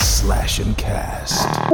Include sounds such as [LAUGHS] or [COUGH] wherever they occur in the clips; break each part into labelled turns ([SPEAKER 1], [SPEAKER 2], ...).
[SPEAKER 1] Slash and Cast.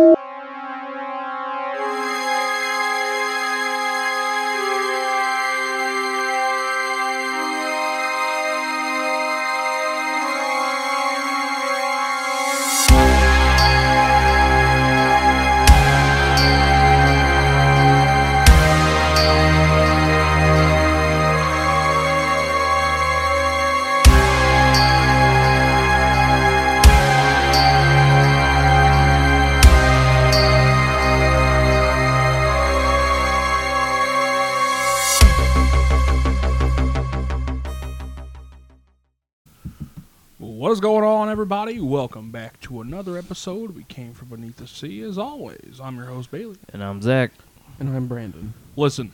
[SPEAKER 2] What is going on, everybody? Welcome back to another episode. We came from beneath the sea, as always. I'm your host Bailey.
[SPEAKER 3] And I'm Zach.
[SPEAKER 4] And I'm Brandon.
[SPEAKER 2] Listen,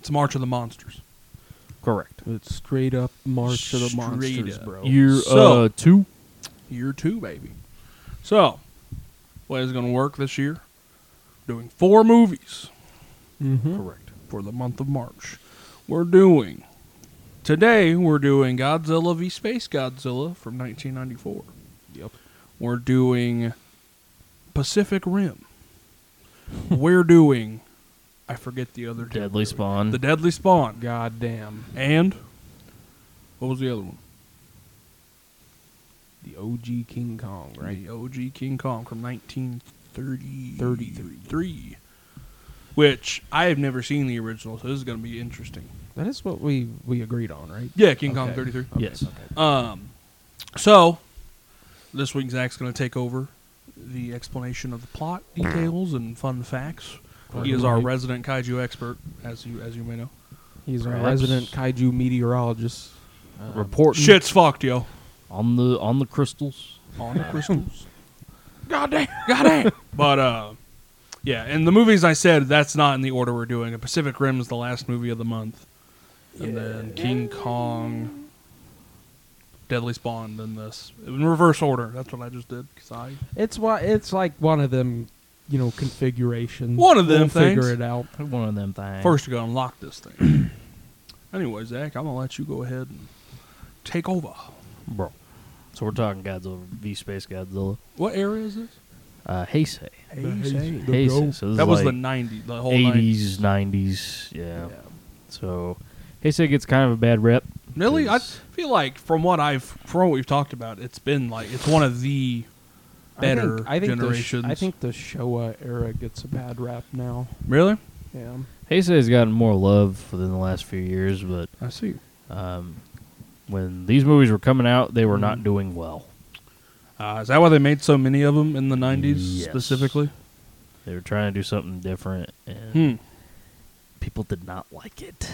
[SPEAKER 2] it's March of the Monsters.
[SPEAKER 3] Correct.
[SPEAKER 4] It's straight up March of the
[SPEAKER 2] Straight
[SPEAKER 4] Monsters,
[SPEAKER 2] up.
[SPEAKER 4] bro.
[SPEAKER 3] Year
[SPEAKER 2] So-
[SPEAKER 3] uh two.
[SPEAKER 2] Year two, baby. So, what is going to work this year? Doing four movies
[SPEAKER 4] Mhm.
[SPEAKER 3] Correct.
[SPEAKER 2] for the month of March. We're doing today. We're doing Godzilla v Space Godzilla from 1994.
[SPEAKER 4] Yep.
[SPEAKER 2] We're doing Pacific Rim. We're doing, I forget the other two.
[SPEAKER 3] Deadly Spawn.
[SPEAKER 2] The Deadly Spawn.
[SPEAKER 4] God damn.
[SPEAKER 2] And what was the other one?
[SPEAKER 4] The OG King Kong, right?
[SPEAKER 2] The OG King Kong from 1933.
[SPEAKER 4] 33.
[SPEAKER 2] Three. Which I have never seen the original, so this is going to be interesting.
[SPEAKER 4] That is what we we agreed on, right?
[SPEAKER 2] Yeah, King Kong
[SPEAKER 4] Okay.
[SPEAKER 2] 33.
[SPEAKER 4] Okay,
[SPEAKER 3] Yes.
[SPEAKER 4] Okay.
[SPEAKER 2] Um, so this week Zach's going to take over the explanation of the plot details and fun facts. He is our
[SPEAKER 4] Right.
[SPEAKER 2] resident kaiju expert, as you as you may know.
[SPEAKER 4] He's our
[SPEAKER 3] Perhaps.
[SPEAKER 4] resident kaiju meteorologist. Um,
[SPEAKER 3] Reporting
[SPEAKER 2] Shit's fucked, yo.
[SPEAKER 3] on the on the crystals.
[SPEAKER 2] On the crystals.
[SPEAKER 4] Goddamn.
[SPEAKER 2] Goddamn. but uh, yeah, and the movies I said that's not in the order we're doing. A Pacific Rim is the last movie of the month, and then King Kong, Deadly Spawn, then this in reverse order. That's what I just did because I
[SPEAKER 4] It's why it's like one of them, you know, configurations.
[SPEAKER 2] One of them
[SPEAKER 4] we'll figure
[SPEAKER 2] things.
[SPEAKER 4] it out.
[SPEAKER 3] One of them things.
[SPEAKER 2] first you gotta unlock this thing. [CLEARS THROAT] anyway, Zach, I'm gonna let you go ahead and take over.
[SPEAKER 3] bro. So we're talking Godzilla v Space Godzilla.
[SPEAKER 2] What era is this?
[SPEAKER 3] Uh Heisei.
[SPEAKER 4] Hey,
[SPEAKER 2] That
[SPEAKER 3] Heisei.
[SPEAKER 4] go.
[SPEAKER 3] So this is
[SPEAKER 2] was the
[SPEAKER 3] like
[SPEAKER 2] '90s, the whole '90s.
[SPEAKER 3] 80s, 90s. Yeah. So Heisei gets kind of a bad rep.
[SPEAKER 2] Really, I
[SPEAKER 3] 'cause-
[SPEAKER 2] feel like from what I've from what we've talked about, it's been like it's one of the better
[SPEAKER 4] I think, I think
[SPEAKER 2] generations.
[SPEAKER 4] The sh- I think the Showa era gets a bad rap now.
[SPEAKER 2] really.
[SPEAKER 4] Yeah.
[SPEAKER 3] Heisei's gotten more love within the last few years, but
[SPEAKER 2] I see.
[SPEAKER 3] um, when these movies were coming out, they were
[SPEAKER 2] Mhm.
[SPEAKER 3] not doing well.
[SPEAKER 2] Uh, is that why they made so many of them in the '90s
[SPEAKER 3] Yes.
[SPEAKER 2] specifically?
[SPEAKER 3] They were trying to do something different, and
[SPEAKER 2] Hmm.
[SPEAKER 3] people did not like it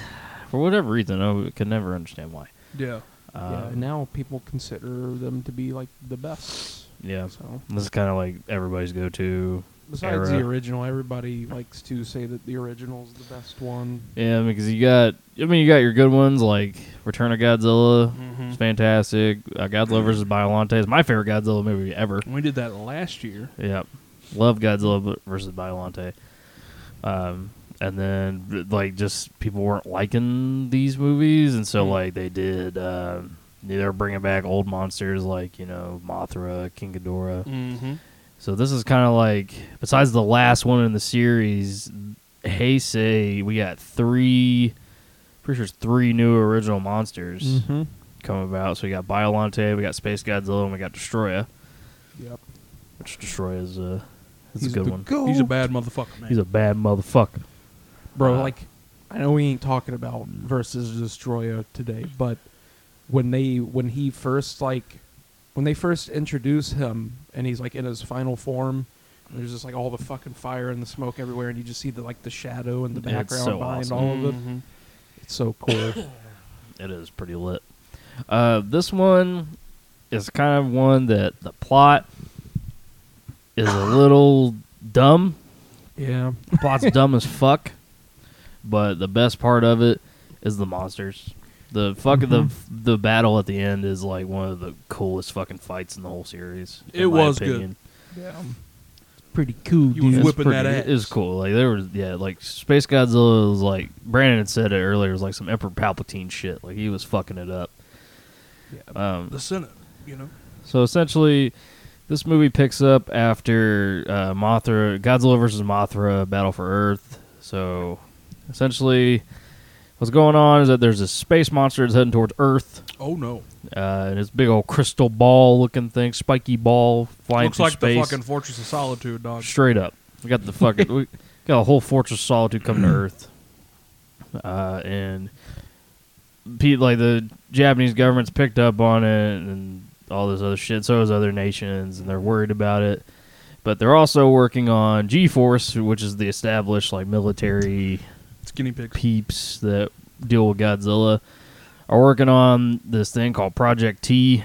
[SPEAKER 3] for whatever reason. I could never understand why.
[SPEAKER 2] Yeah.
[SPEAKER 3] Uh,
[SPEAKER 4] yeah. Now people consider them to be like the best.
[SPEAKER 3] yeah.
[SPEAKER 4] So
[SPEAKER 3] This is kind of like everybody's go-to.
[SPEAKER 4] Besides
[SPEAKER 3] era.
[SPEAKER 4] the original, everybody likes to say that the original's the best one.
[SPEAKER 3] Yeah, because you got. I mean, you got your good ones like Return of Godzilla.
[SPEAKER 4] Mm-hmm.
[SPEAKER 3] It's fantastic. Uh, Godzilla vs. Biollante is my favorite Godzilla movie ever.
[SPEAKER 2] We did that last year.
[SPEAKER 3] Yeah, love Godzilla b- versus Biollante. Um, and then b- like just people weren't liking these movies, and so
[SPEAKER 4] Hmm.
[SPEAKER 2] Mm.
[SPEAKER 3] like they did. Um, they were bringing back old monsters like you know Mothra, King Ghidorah.
[SPEAKER 4] Hmm.
[SPEAKER 2] Mm-hmm.
[SPEAKER 3] So this is kind of like besides the last one in the series, Heisei, we got three. Pretty sure it's three new original monsters
[SPEAKER 4] Mm-hmm.
[SPEAKER 2] Mm-hmm.
[SPEAKER 3] come about. So we got Biolante, we got Space Godzilla, and we got Destroya.
[SPEAKER 4] Yep.
[SPEAKER 3] Which Destroya is a is a
[SPEAKER 4] He's
[SPEAKER 3] good
[SPEAKER 4] the
[SPEAKER 3] one.
[SPEAKER 4] goat.
[SPEAKER 2] He's a bad motherfucker, man.
[SPEAKER 3] Oh. He's a bad motherfucker.
[SPEAKER 4] bro.
[SPEAKER 3] uh,
[SPEAKER 4] like, I know we ain't talking about versus Destroyer today, but when they when he first like when they first introduce him and he's like in his final form, and there's just like all the fucking fire and the smoke everywhere, and you just see the like the shadow in the
[SPEAKER 3] It's
[SPEAKER 4] background
[SPEAKER 3] so
[SPEAKER 4] behind
[SPEAKER 3] awesome.
[SPEAKER 4] all
[SPEAKER 2] Mm-hmm.
[SPEAKER 4] of it. It's so cool.
[SPEAKER 3] It is pretty lit. Uh, this one is kind of one that the plot is a little dumb.
[SPEAKER 4] yeah.
[SPEAKER 3] The [LAUGHS] plot's dumb as fuck. But the best part of it is the monsters. The fuck the
[SPEAKER 4] Mhm.
[SPEAKER 3] the battle at the end is like one of the coolest fucking fights in the whole series. in
[SPEAKER 2] It
[SPEAKER 3] my
[SPEAKER 2] was good.
[SPEAKER 3] opinion.
[SPEAKER 4] Yeah.
[SPEAKER 3] pretty cool.
[SPEAKER 2] He was
[SPEAKER 3] It's
[SPEAKER 2] whipping that
[SPEAKER 3] pretty-
[SPEAKER 2] ass.
[SPEAKER 3] It was cool. Like there was yeah, like Space Godzilla was like Brandon had said it earlier. It was like some Emperor Palpatine shit. Like he was fucking it up.
[SPEAKER 4] Yeah.
[SPEAKER 3] Um,
[SPEAKER 2] The Senate, you know.
[SPEAKER 3] so essentially, This movie picks up after uh, Mothra, Godzilla versus Mothra, Battle for Earth. So, essentially, what's going on is that there's a space monster that's heading towards Earth,
[SPEAKER 2] Oh no!
[SPEAKER 3] uh, and it's a big old crystal ball looking thing, spiky ball flying
[SPEAKER 2] Looks
[SPEAKER 3] through
[SPEAKER 2] like
[SPEAKER 3] space,
[SPEAKER 2] the fucking Fortress of Solitude, dog.
[SPEAKER 3] straight up. We got the fucking, we got a whole fortress of solitude coming to Earth, uh, and Pete, like the Japanese government's picked up on it and all this other shit. So is other nations, and they're worried about it. But they're also working on G-force, which is the established like military
[SPEAKER 2] It's guinea pigs.
[SPEAKER 3] peeps that deal with Godzilla are working on this thing called Project T,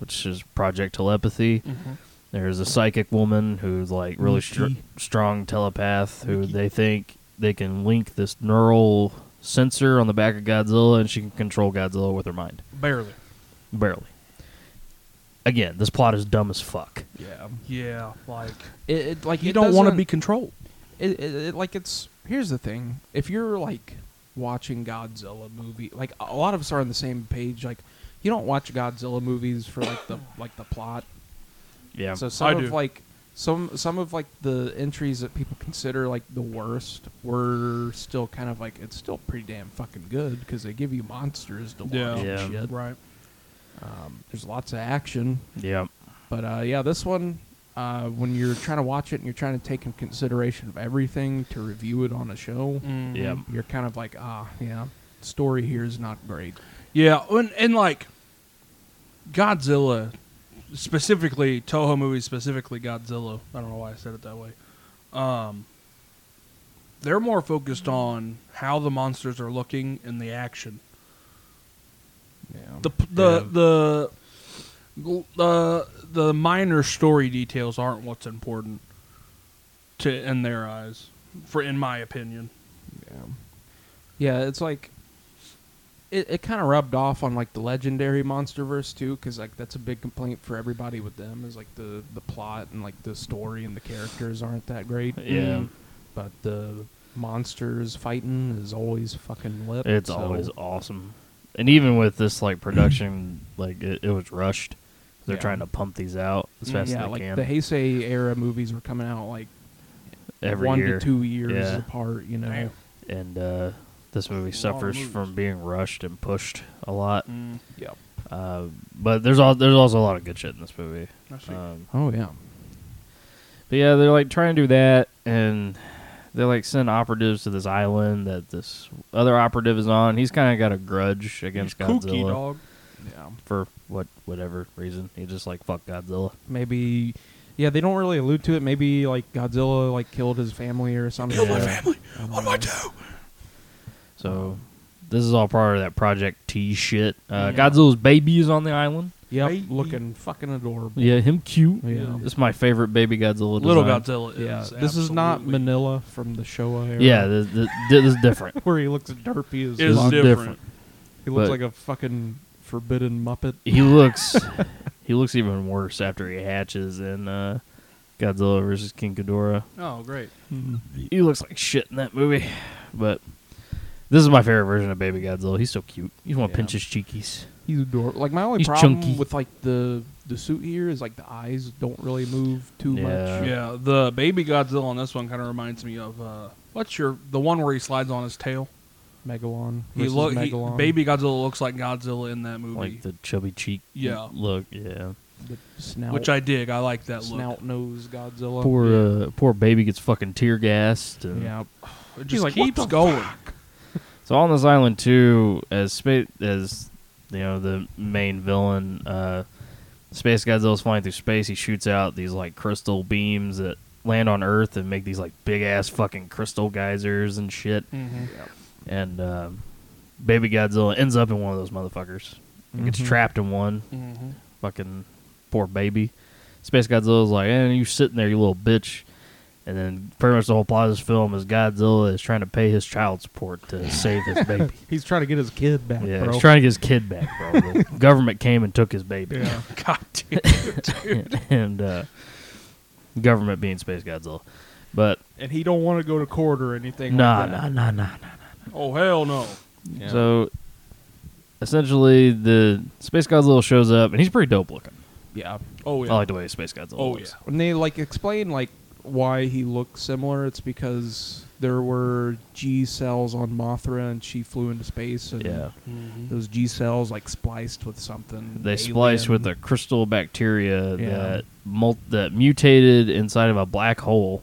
[SPEAKER 3] which is Project
[SPEAKER 2] Mm-hmm.
[SPEAKER 3] Telepathy. There's a psychic woman who's like really str- strong telepath who they think they can link this neural sensor on the back of Godzilla and she can control Godzilla with her mind.
[SPEAKER 2] Barely.
[SPEAKER 3] Barely. Again, this plot is dumb as fuck.
[SPEAKER 4] Yeah,
[SPEAKER 2] Yeah, like
[SPEAKER 4] it, it like
[SPEAKER 2] you
[SPEAKER 4] it
[SPEAKER 2] don't want to
[SPEAKER 4] doesn't-
[SPEAKER 2] be controlled.
[SPEAKER 4] it, it, it like it's here's the thing if you're like watching godzilla movie like a lot of us are on the same page like you don't watch godzilla movies for like the like the plot
[SPEAKER 3] Yeah.
[SPEAKER 4] so
[SPEAKER 2] I
[SPEAKER 4] some
[SPEAKER 2] do.
[SPEAKER 4] of like some some of like the entries that people consider like the worst were still kind of like it's still pretty damn fucking good because they give you monsters to watch
[SPEAKER 2] Yeah.
[SPEAKER 4] and
[SPEAKER 3] Yeah.
[SPEAKER 4] shit.
[SPEAKER 2] Right.
[SPEAKER 4] Um, there's lots of action
[SPEAKER 3] yeah.
[SPEAKER 4] but uh, yeah, this one, uh, when you're trying to watch it and you're trying to take in consideration of everything to review it on a show,
[SPEAKER 3] Yeah.
[SPEAKER 4] you're kind of like, ah, yeah, story here is not great.
[SPEAKER 2] Yeah, and, and like Godzilla, specifically Toho movies, specifically Godzilla. I don't know why I said it that way. Um, they're more focused on how the monsters are looking and the action.
[SPEAKER 4] Yeah.
[SPEAKER 2] The p- the the the the minor story details aren't what's important to in their eyes, for in my opinion.
[SPEAKER 4] yeah. Yeah, it's like it, it kind of rubbed off on like the legendary MonsterVerse too, because like that's a big complaint for everybody with them is like the the plot and like the story and the characters aren't that great.
[SPEAKER 3] Yeah.
[SPEAKER 4] But the monsters fighting is always fucking lit.
[SPEAKER 3] It's
[SPEAKER 4] so-
[SPEAKER 3] always awesome. And even with this like
[SPEAKER 4] [CLEARS THROAT]
[SPEAKER 3] production, like it, it was rushed. They're
[SPEAKER 4] Yeah.
[SPEAKER 3] trying to pump these out as
[SPEAKER 2] Mm,
[SPEAKER 3] fast
[SPEAKER 4] yeah,
[SPEAKER 3] as they
[SPEAKER 4] like
[SPEAKER 3] can.
[SPEAKER 4] the Heisei era movies were coming out like
[SPEAKER 3] every
[SPEAKER 4] one
[SPEAKER 3] year.
[SPEAKER 4] to two years
[SPEAKER 3] Yeah.
[SPEAKER 4] apart, you know.
[SPEAKER 2] Damn.
[SPEAKER 3] And uh, this movie
[SPEAKER 2] That's a lot of
[SPEAKER 3] suffers
[SPEAKER 2] movies.
[SPEAKER 3] from being rushed and pushed a lot.
[SPEAKER 2] Mm,
[SPEAKER 4] Yep.
[SPEAKER 3] Uh, but there's all there's also a lot of good shit in this movie.
[SPEAKER 2] I see.
[SPEAKER 3] Um,
[SPEAKER 4] Oh yeah.
[SPEAKER 3] But yeah, they're like trying to do that, and they like send operatives to this island that this other operative is on. He's kind of got a grudge against
[SPEAKER 2] He's
[SPEAKER 3] Godzilla
[SPEAKER 2] kooky dog.
[SPEAKER 4] Yeah.
[SPEAKER 3] for what whatever reason. He just like fuck Godzilla.
[SPEAKER 4] Maybe yeah, they don't really allude to it. Maybe like Godzilla like killed his family or something.
[SPEAKER 3] Killed my
[SPEAKER 4] Yeah. Um,
[SPEAKER 2] family.
[SPEAKER 4] I don't
[SPEAKER 2] What do
[SPEAKER 4] know.
[SPEAKER 2] I do?
[SPEAKER 3] So this is all part of that Project T shit. Uh,
[SPEAKER 4] Yeah.
[SPEAKER 3] Godzilla's baby is on the island.
[SPEAKER 4] Yep,
[SPEAKER 2] Baby.
[SPEAKER 4] looking fucking adorable.
[SPEAKER 3] Yeah, him cute.
[SPEAKER 4] Yeah.
[SPEAKER 3] It's my favorite baby Godzilla.
[SPEAKER 2] Little
[SPEAKER 3] design.
[SPEAKER 2] Godzilla. Is
[SPEAKER 4] Yeah, this is not
[SPEAKER 2] absolutely-
[SPEAKER 4] Manila from the Showa era. [LAUGHS]
[SPEAKER 3] Yeah, this, this, this is different.
[SPEAKER 4] where he looks derpy as
[SPEAKER 2] It is
[SPEAKER 3] Long
[SPEAKER 4] fuck.
[SPEAKER 2] different.
[SPEAKER 3] different.
[SPEAKER 4] He looks
[SPEAKER 3] but-
[SPEAKER 4] like a fucking forbidden Muppet.
[SPEAKER 3] He looks he looks even worse after he hatches in uh, Godzilla versus King Ghidorah.
[SPEAKER 2] Oh, great.
[SPEAKER 4] Mm.
[SPEAKER 3] He looks like shit in that movie, but this is my favorite version of Baby Godzilla. He's so cute. You want to
[SPEAKER 4] Yeah.
[SPEAKER 3] pinch his cheekies.
[SPEAKER 4] He's adorable. Like my only
[SPEAKER 3] He's
[SPEAKER 4] problem
[SPEAKER 3] chunky.
[SPEAKER 4] with like the the suit here is like the eyes don't really move too
[SPEAKER 3] Yeah.
[SPEAKER 4] much.
[SPEAKER 2] Yeah, the baby Godzilla on this one kind of reminds me of uh, what's your the one where he slides on his tail.
[SPEAKER 4] Megalon.
[SPEAKER 2] He
[SPEAKER 4] versus
[SPEAKER 2] look
[SPEAKER 4] Megalon.
[SPEAKER 2] baby Godzilla looks like Godzilla in that movie,
[SPEAKER 3] Like the chubby cheek.
[SPEAKER 2] Yeah.
[SPEAKER 3] Look, yeah.
[SPEAKER 4] the snout,
[SPEAKER 2] which I dig. I like that
[SPEAKER 4] snout nose Godzilla.
[SPEAKER 3] Poor uh, poor baby gets fucking tear gassed. and-
[SPEAKER 4] yeah,
[SPEAKER 2] look. It
[SPEAKER 4] He's
[SPEAKER 2] just
[SPEAKER 4] like, "What
[SPEAKER 2] keeps
[SPEAKER 4] the
[SPEAKER 2] going.
[SPEAKER 3] So on this island too, as space as you know the main villain, uh, Space Godzilla's flying through space. He shoots out these like crystal beams that land on Earth and make these like big ass fucking crystal geysers and shit.
[SPEAKER 4] Mm. Mm-hmm.
[SPEAKER 3] And um, Baby Godzilla ends up in one of those motherfuckers. He Gets
[SPEAKER 4] Mhm.
[SPEAKER 3] trapped in one.
[SPEAKER 4] Mm-hmm.
[SPEAKER 2] Mhm.
[SPEAKER 3] Fucking poor baby. Space Godzilla's like, "Eh, you sitting there, you little bitch." And then pretty much the whole plot of this film is Godzilla is trying to pay his child support to save his baby.
[SPEAKER 4] he's trying to get his kid back,
[SPEAKER 3] Yeah,
[SPEAKER 4] bro.
[SPEAKER 3] he's trying to get his kid back, bro. The
[SPEAKER 4] [LAUGHS]
[SPEAKER 3] government came and took his baby.
[SPEAKER 4] yeah,
[SPEAKER 2] [LAUGHS] God damn.
[SPEAKER 3] [LAUGHS] and uh, government being Space Godzilla. But
[SPEAKER 4] and he don't want to go to court or anything.
[SPEAKER 3] nah,
[SPEAKER 4] like that.
[SPEAKER 3] nah, nah, nah, nah.
[SPEAKER 2] Oh hell no.
[SPEAKER 4] Yeah.
[SPEAKER 3] So essentially, the Space Godzilla shows up, and he's pretty dope looking.
[SPEAKER 4] yeah,
[SPEAKER 2] Oh yeah.
[SPEAKER 3] I like the way Space Godzilla
[SPEAKER 2] Oh,
[SPEAKER 3] looks.
[SPEAKER 2] yeah.
[SPEAKER 4] When they like explain like why he looks similar, it's because there were G cells on Mothra, and she flew into space. And
[SPEAKER 3] Yeah.
[SPEAKER 2] Mhm.
[SPEAKER 4] Those G cells like spliced with something.
[SPEAKER 3] They spliced with
[SPEAKER 4] alien.
[SPEAKER 3] a crystal bacteria
[SPEAKER 4] Yeah.
[SPEAKER 3] that mul- that mutated inside of a black
[SPEAKER 4] [LAUGHS]
[SPEAKER 3] hole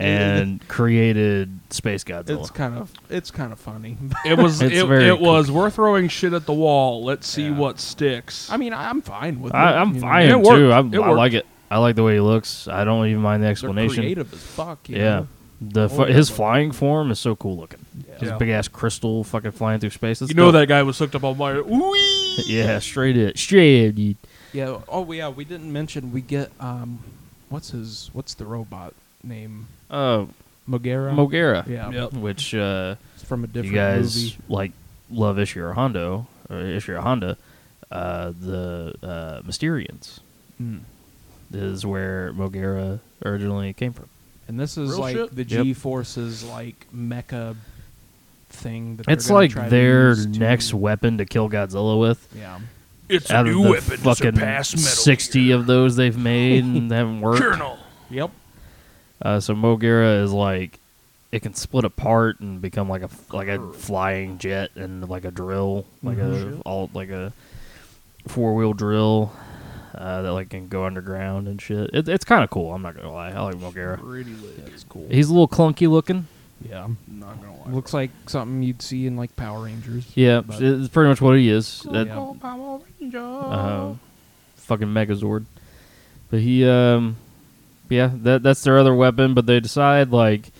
[SPEAKER 3] and created Space Godzilla.
[SPEAKER 4] It's kind of it's kind of funny.
[SPEAKER 2] It was
[SPEAKER 3] It's
[SPEAKER 2] it,
[SPEAKER 3] very
[SPEAKER 2] it was we're throwing shit at the wall. Let's see
[SPEAKER 4] Yeah.
[SPEAKER 2] what sticks.
[SPEAKER 4] I mean, I'm fine with
[SPEAKER 3] I,
[SPEAKER 4] it.
[SPEAKER 3] I'm
[SPEAKER 4] you know.
[SPEAKER 3] I
[SPEAKER 2] It
[SPEAKER 3] am
[SPEAKER 2] worked.
[SPEAKER 3] too. I,
[SPEAKER 2] It
[SPEAKER 3] I
[SPEAKER 2] worked.
[SPEAKER 3] like it. I like the way he looks. I don't even mind the
[SPEAKER 4] They're
[SPEAKER 3] explanation.
[SPEAKER 4] creative as fuck. you
[SPEAKER 3] Yeah,
[SPEAKER 4] know?
[SPEAKER 3] the fu-
[SPEAKER 4] Oh, yeah,
[SPEAKER 3] his
[SPEAKER 4] but-
[SPEAKER 3] flying form is so cool looking. His
[SPEAKER 2] Yeah.
[SPEAKER 3] big ass crystal fucking flying through space. That's
[SPEAKER 2] you know
[SPEAKER 3] dope.
[SPEAKER 2] that guy was hooked up on my Wee!
[SPEAKER 3] [LAUGHS] Yeah, straight it, straight it. dude.
[SPEAKER 4] Yeah. Oh, yeah. We didn't mention we get um, what's his what's the robot name?
[SPEAKER 3] Uh,
[SPEAKER 4] Mogera.
[SPEAKER 3] Mogera.
[SPEAKER 4] Yeah.
[SPEAKER 2] Yep.
[SPEAKER 3] Which uh,
[SPEAKER 4] It's from a
[SPEAKER 3] if
[SPEAKER 4] different
[SPEAKER 3] you guys
[SPEAKER 4] movie.
[SPEAKER 3] like love Ishiro Hondo or Ishiro Honda, uh, the uh, Mysterians
[SPEAKER 4] Mm.
[SPEAKER 3] is where Mogera originally came from.
[SPEAKER 4] And this is
[SPEAKER 2] Real
[SPEAKER 4] like
[SPEAKER 2] shit?
[SPEAKER 4] the
[SPEAKER 3] Yep.
[SPEAKER 4] G forces like mecha thing. That they're
[SPEAKER 3] It's
[SPEAKER 4] gonna
[SPEAKER 3] like
[SPEAKER 4] try to
[SPEAKER 3] their
[SPEAKER 4] use to-
[SPEAKER 3] next weapon to kill Godzilla with.
[SPEAKER 4] Yeah.
[SPEAKER 2] It's a
[SPEAKER 3] out of
[SPEAKER 2] new
[SPEAKER 3] the
[SPEAKER 2] weapon to
[SPEAKER 3] fucking
[SPEAKER 2] surpass metal.
[SPEAKER 3] sixty of those they've
[SPEAKER 2] [LAUGHS]
[SPEAKER 3] made and they haven't worked.
[SPEAKER 2] Colonel.
[SPEAKER 4] Yep.
[SPEAKER 3] Uh, so Mogera is like it can split apart and become like a like a flying jet and like a drill, like
[SPEAKER 4] Mhm.
[SPEAKER 3] a all like a four wheel drill uh, that like can go underground and shit. It, it's kind of cool. I'm not gonna lie. I like Mogera.
[SPEAKER 2] Pretty lit. It's cool.
[SPEAKER 3] He's a little clunky looking.
[SPEAKER 4] Yeah.
[SPEAKER 2] Not gonna lie.
[SPEAKER 4] Looks like something you'd see in like Power Rangers.
[SPEAKER 3] Yeah,
[SPEAKER 4] But-
[SPEAKER 3] it's pretty much what he is. That
[SPEAKER 4] Yeah.
[SPEAKER 3] uh, fucking Megazord. But he, um, yeah, that that's their other weapon. But they decide like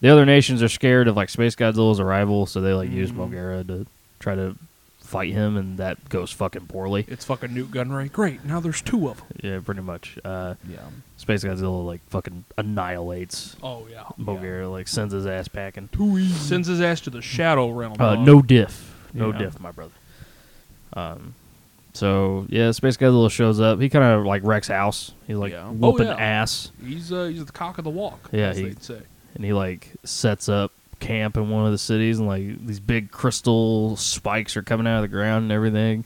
[SPEAKER 3] the other nations are scared of like Space Godzilla's arrival, so they like use
[SPEAKER 2] Mhm.
[SPEAKER 3] Mogera to try to fight him, and that goes fucking poorly.
[SPEAKER 2] It's fucking Newt Gunray. Great. Now there's two of them.
[SPEAKER 3] Yeah, pretty much. Uh,
[SPEAKER 4] Yeah.
[SPEAKER 3] Space Godzilla like fucking annihilates
[SPEAKER 2] Oh yeah.
[SPEAKER 3] Mogera, like sends his ass packing.
[SPEAKER 2] Too easy. Sends his ass to the shadow realm.
[SPEAKER 3] Uh,
[SPEAKER 2] dog.
[SPEAKER 3] no diff, no
[SPEAKER 4] Yeah.
[SPEAKER 3] diff, my brother. Um, so yeah, Space Godzilla shows up. He kind of like wrecks house. He's like
[SPEAKER 4] Yeah. Oh,
[SPEAKER 3] whooping
[SPEAKER 2] yeah.
[SPEAKER 3] ass.
[SPEAKER 2] He's uh, he's the cock of the walk.
[SPEAKER 3] Yeah,
[SPEAKER 2] as
[SPEAKER 3] he-
[SPEAKER 2] they'd say.
[SPEAKER 3] and he like sets up camp in one of the cities and like these big crystal spikes are coming out of the ground and everything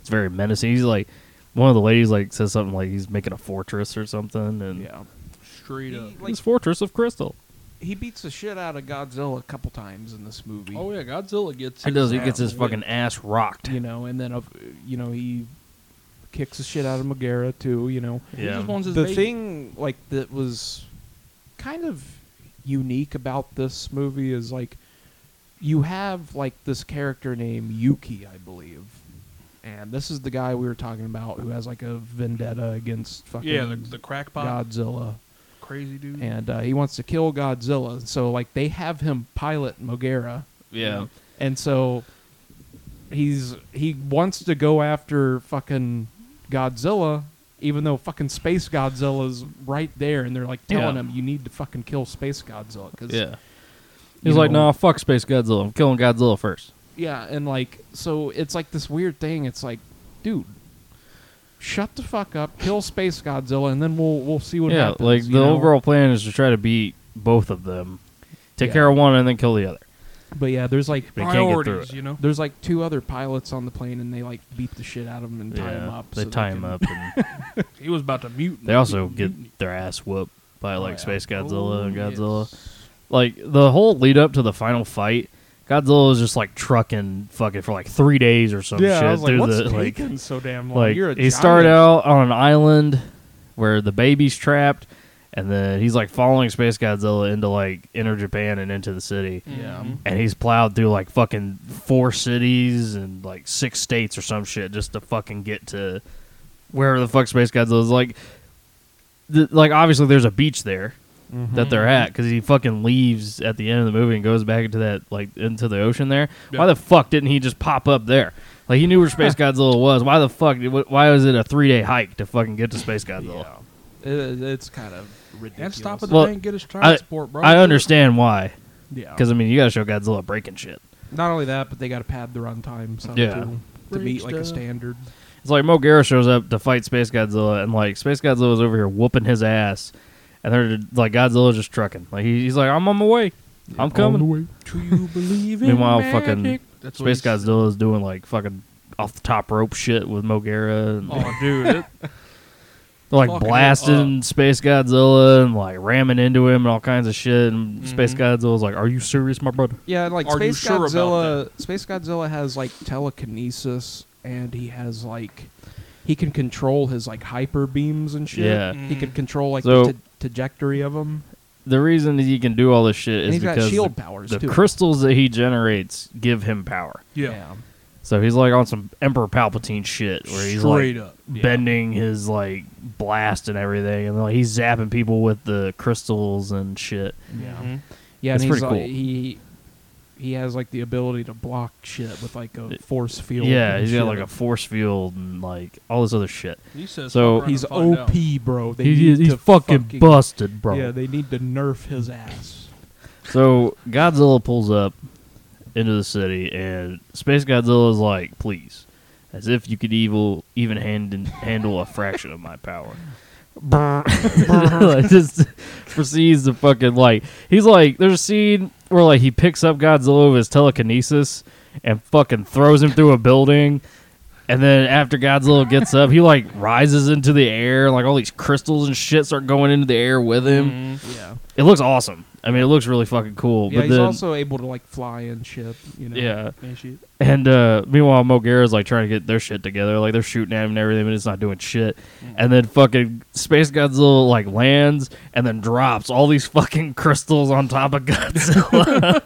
[SPEAKER 3] it's very menacing he's like one of the ladies like says something like he's making a fortress or something and
[SPEAKER 4] Yeah.
[SPEAKER 2] Straight up.
[SPEAKER 4] He,
[SPEAKER 3] this fortress of crystal
[SPEAKER 4] He beats the shit out of Godzilla a couple times in this movie.
[SPEAKER 2] Oh yeah, Godzilla gets.
[SPEAKER 3] he
[SPEAKER 2] His
[SPEAKER 3] does he gets
[SPEAKER 2] ass
[SPEAKER 3] his fucking
[SPEAKER 2] whipped.
[SPEAKER 3] ass rocked
[SPEAKER 4] You know, and then uh, you know he kicks the shit out of Megara too. You know,
[SPEAKER 2] He just wants his
[SPEAKER 4] the
[SPEAKER 2] baby.
[SPEAKER 4] thing like that was kind of unique about this movie is like you have like this character named Yuki, I believe. And this is the guy we were talking about who has like a vendetta against fucking
[SPEAKER 2] Yeah, the, the crackpot,
[SPEAKER 4] Godzilla.
[SPEAKER 2] crazy dude.
[SPEAKER 4] And uh, he wants to kill Godzilla. So like they have him pilot Mogera
[SPEAKER 3] yeah
[SPEAKER 4] and so he's he wants to go after fucking Godzilla, even though fucking Space Godzilla's right there, and they're like telling
[SPEAKER 3] Yeah.
[SPEAKER 4] him you need to fucking kill Space Godzilla because
[SPEAKER 3] yeah
[SPEAKER 4] You
[SPEAKER 3] he's like
[SPEAKER 4] know-
[SPEAKER 3] nah fuck space godzilla i'm killing godzilla first
[SPEAKER 4] yeah, and like so it's like this weird thing. It's like, dude. Shut the fuck up, kill Space Godzilla, and then we'll we'll see what
[SPEAKER 3] yeah
[SPEAKER 4] happens.
[SPEAKER 3] like the
[SPEAKER 4] you know?
[SPEAKER 3] overall plan is to try to beat both of them take
[SPEAKER 4] Yeah.
[SPEAKER 3] care of one and then kill the other
[SPEAKER 4] But yeah, there's like
[SPEAKER 3] But he can't get through
[SPEAKER 2] Priorities,
[SPEAKER 3] it.
[SPEAKER 2] you know.
[SPEAKER 4] there's like two other pilots on the plane, and they like beat the shit out of them and tie
[SPEAKER 3] yeah,
[SPEAKER 4] him up.
[SPEAKER 3] they
[SPEAKER 4] so
[SPEAKER 3] tie him [LAUGHS]
[SPEAKER 4] can- [LAUGHS]
[SPEAKER 3] up and
[SPEAKER 2] He was about to mutiny.
[SPEAKER 3] They also
[SPEAKER 2] Mutiny.
[SPEAKER 3] get their ass whooped by like
[SPEAKER 4] Oh, yeah.
[SPEAKER 3] Space Godzilla and
[SPEAKER 4] Oh,
[SPEAKER 3] Godzilla.
[SPEAKER 4] yes.
[SPEAKER 3] Like the whole lead up to the final fight, Godzilla is just like trucking fucking for like three days or some shit through the like
[SPEAKER 4] so damn
[SPEAKER 3] like
[SPEAKER 4] You're a
[SPEAKER 3] he started
[SPEAKER 4] giant.
[SPEAKER 3] out on an island where the baby's trapped, and then he's like following Space Godzilla into like inner Japan and into the city.
[SPEAKER 4] Yeah.
[SPEAKER 2] Mhm. [LAUGHS]
[SPEAKER 3] And he's plowed through like fucking four cities and like six states or some shit just to fucking get to wherever the fuck Space Godzilla's like. Th- like obviously there's a beach there that they're at because he fucking leaves at the end of the movie and goes back into that like into the ocean there. Why
[SPEAKER 2] Yeah.
[SPEAKER 3] the fuck didn't he just pop up there? Like he knew where Space Godzilla was. Why the fuck? did- wh- Why was it a three day hike to fucking get to Space Godzilla?
[SPEAKER 4] Yeah. It- it's kind of
[SPEAKER 2] And
[SPEAKER 4] ridiculous.
[SPEAKER 2] stop at the
[SPEAKER 3] Well,
[SPEAKER 2] bank, get his transport, bro.
[SPEAKER 3] I understand why
[SPEAKER 4] Yeah.
[SPEAKER 3] because I mean you gotta show Godzilla breaking shit.
[SPEAKER 4] not only that, but they got to pad the runtime some
[SPEAKER 3] Yeah.
[SPEAKER 4] too, to
[SPEAKER 2] Break
[SPEAKER 4] meet like a
[SPEAKER 2] stuff.
[SPEAKER 4] standard.
[SPEAKER 3] It's like Mogera shows up to fight Space Godzilla, and like Space Godzilla's over here whooping his ass, and they're like Godzilla's just trucking. Like he- he's like, I'm on my way, I'm coming.
[SPEAKER 2] Do you believe in
[SPEAKER 3] Meanwhile,
[SPEAKER 2] magic?
[SPEAKER 3] fucking
[SPEAKER 2] That's what
[SPEAKER 3] Space
[SPEAKER 2] he's-
[SPEAKER 3] [LAUGHS] Godzilla's doing like fucking off the top rope shit with Mogera. And
[SPEAKER 2] [LAUGHS] Oh, dude, it,
[SPEAKER 3] They're like
[SPEAKER 2] Fucking
[SPEAKER 3] blasting
[SPEAKER 2] up.
[SPEAKER 3] Space Godzilla and like ramming into him and all kinds of shit. And Space
[SPEAKER 4] Mm-hmm.
[SPEAKER 3] Godzilla's like, "Are you serious, my brother?"
[SPEAKER 4] Yeah, like
[SPEAKER 2] Are you
[SPEAKER 4] Space
[SPEAKER 2] sure about
[SPEAKER 4] Godzilla. Space Godzilla has like telekinesis, and he has like he can control his like hyper beams and shit.
[SPEAKER 3] Yeah.
[SPEAKER 4] he can control like
[SPEAKER 3] So-
[SPEAKER 4] the t- trajectory of them.
[SPEAKER 3] The reason that he can do all this shit
[SPEAKER 4] And
[SPEAKER 3] is
[SPEAKER 4] he's got
[SPEAKER 3] because
[SPEAKER 4] shield
[SPEAKER 3] the,
[SPEAKER 4] powers
[SPEAKER 3] the
[SPEAKER 4] too.
[SPEAKER 3] crystals that he generates give him power.
[SPEAKER 2] Yeah.
[SPEAKER 3] So he's like on some Emperor Palpatine shit where he's
[SPEAKER 2] Straight
[SPEAKER 3] like
[SPEAKER 2] up. Yeah.
[SPEAKER 3] bending his like blast and everything, and like he's zapping people with the crystals and shit.
[SPEAKER 4] yeah,
[SPEAKER 2] Mhm.
[SPEAKER 4] yeah.
[SPEAKER 3] It's
[SPEAKER 4] And
[SPEAKER 3] pretty
[SPEAKER 4] he's like,
[SPEAKER 3] cool.
[SPEAKER 4] he he has like the ability to block shit with like a force field.
[SPEAKER 3] yeah,
[SPEAKER 4] and
[SPEAKER 3] he's got
[SPEAKER 4] shit.
[SPEAKER 3] like a force field and like all this other shit.
[SPEAKER 2] He says
[SPEAKER 3] So-
[SPEAKER 2] fuck around
[SPEAKER 4] he's
[SPEAKER 2] and find
[SPEAKER 4] OP, bro. They
[SPEAKER 3] He-
[SPEAKER 4] need
[SPEAKER 3] he's
[SPEAKER 4] to
[SPEAKER 3] fucking, busted, bro.
[SPEAKER 4] Yeah, they need to nerf his ass.
[SPEAKER 3] So Godzilla pulls up into the city, and Space Godzilla is like, "Please, as if you could evil even hand handle a fraction of my power." [LAUGHS] like, just proceeds to fucking like he's like there's a scene where like he picks up Godzilla with his telekinesis and fucking throws him through a building. And then after Godzilla gets up, he like rises into the air, like all these crystals and shit start going into the air with him.
[SPEAKER 4] Yeah.
[SPEAKER 3] It looks awesome. I mean, it looks really fucking cool.
[SPEAKER 4] Yeah,
[SPEAKER 3] but
[SPEAKER 4] he's
[SPEAKER 3] then,
[SPEAKER 4] also able to like fly and shit. You know.
[SPEAKER 3] Yeah.
[SPEAKER 4] and shit.
[SPEAKER 3] and uh, meanwhile, Mogera's like trying to get their shit together. Like they're shooting at him and everything, but it's not doing shit.
[SPEAKER 4] Mm.
[SPEAKER 3] And then fucking Space Godzilla like lands and then drops all these fucking crystals on top of
[SPEAKER 4] [LAUGHS]
[SPEAKER 3] Godzilla.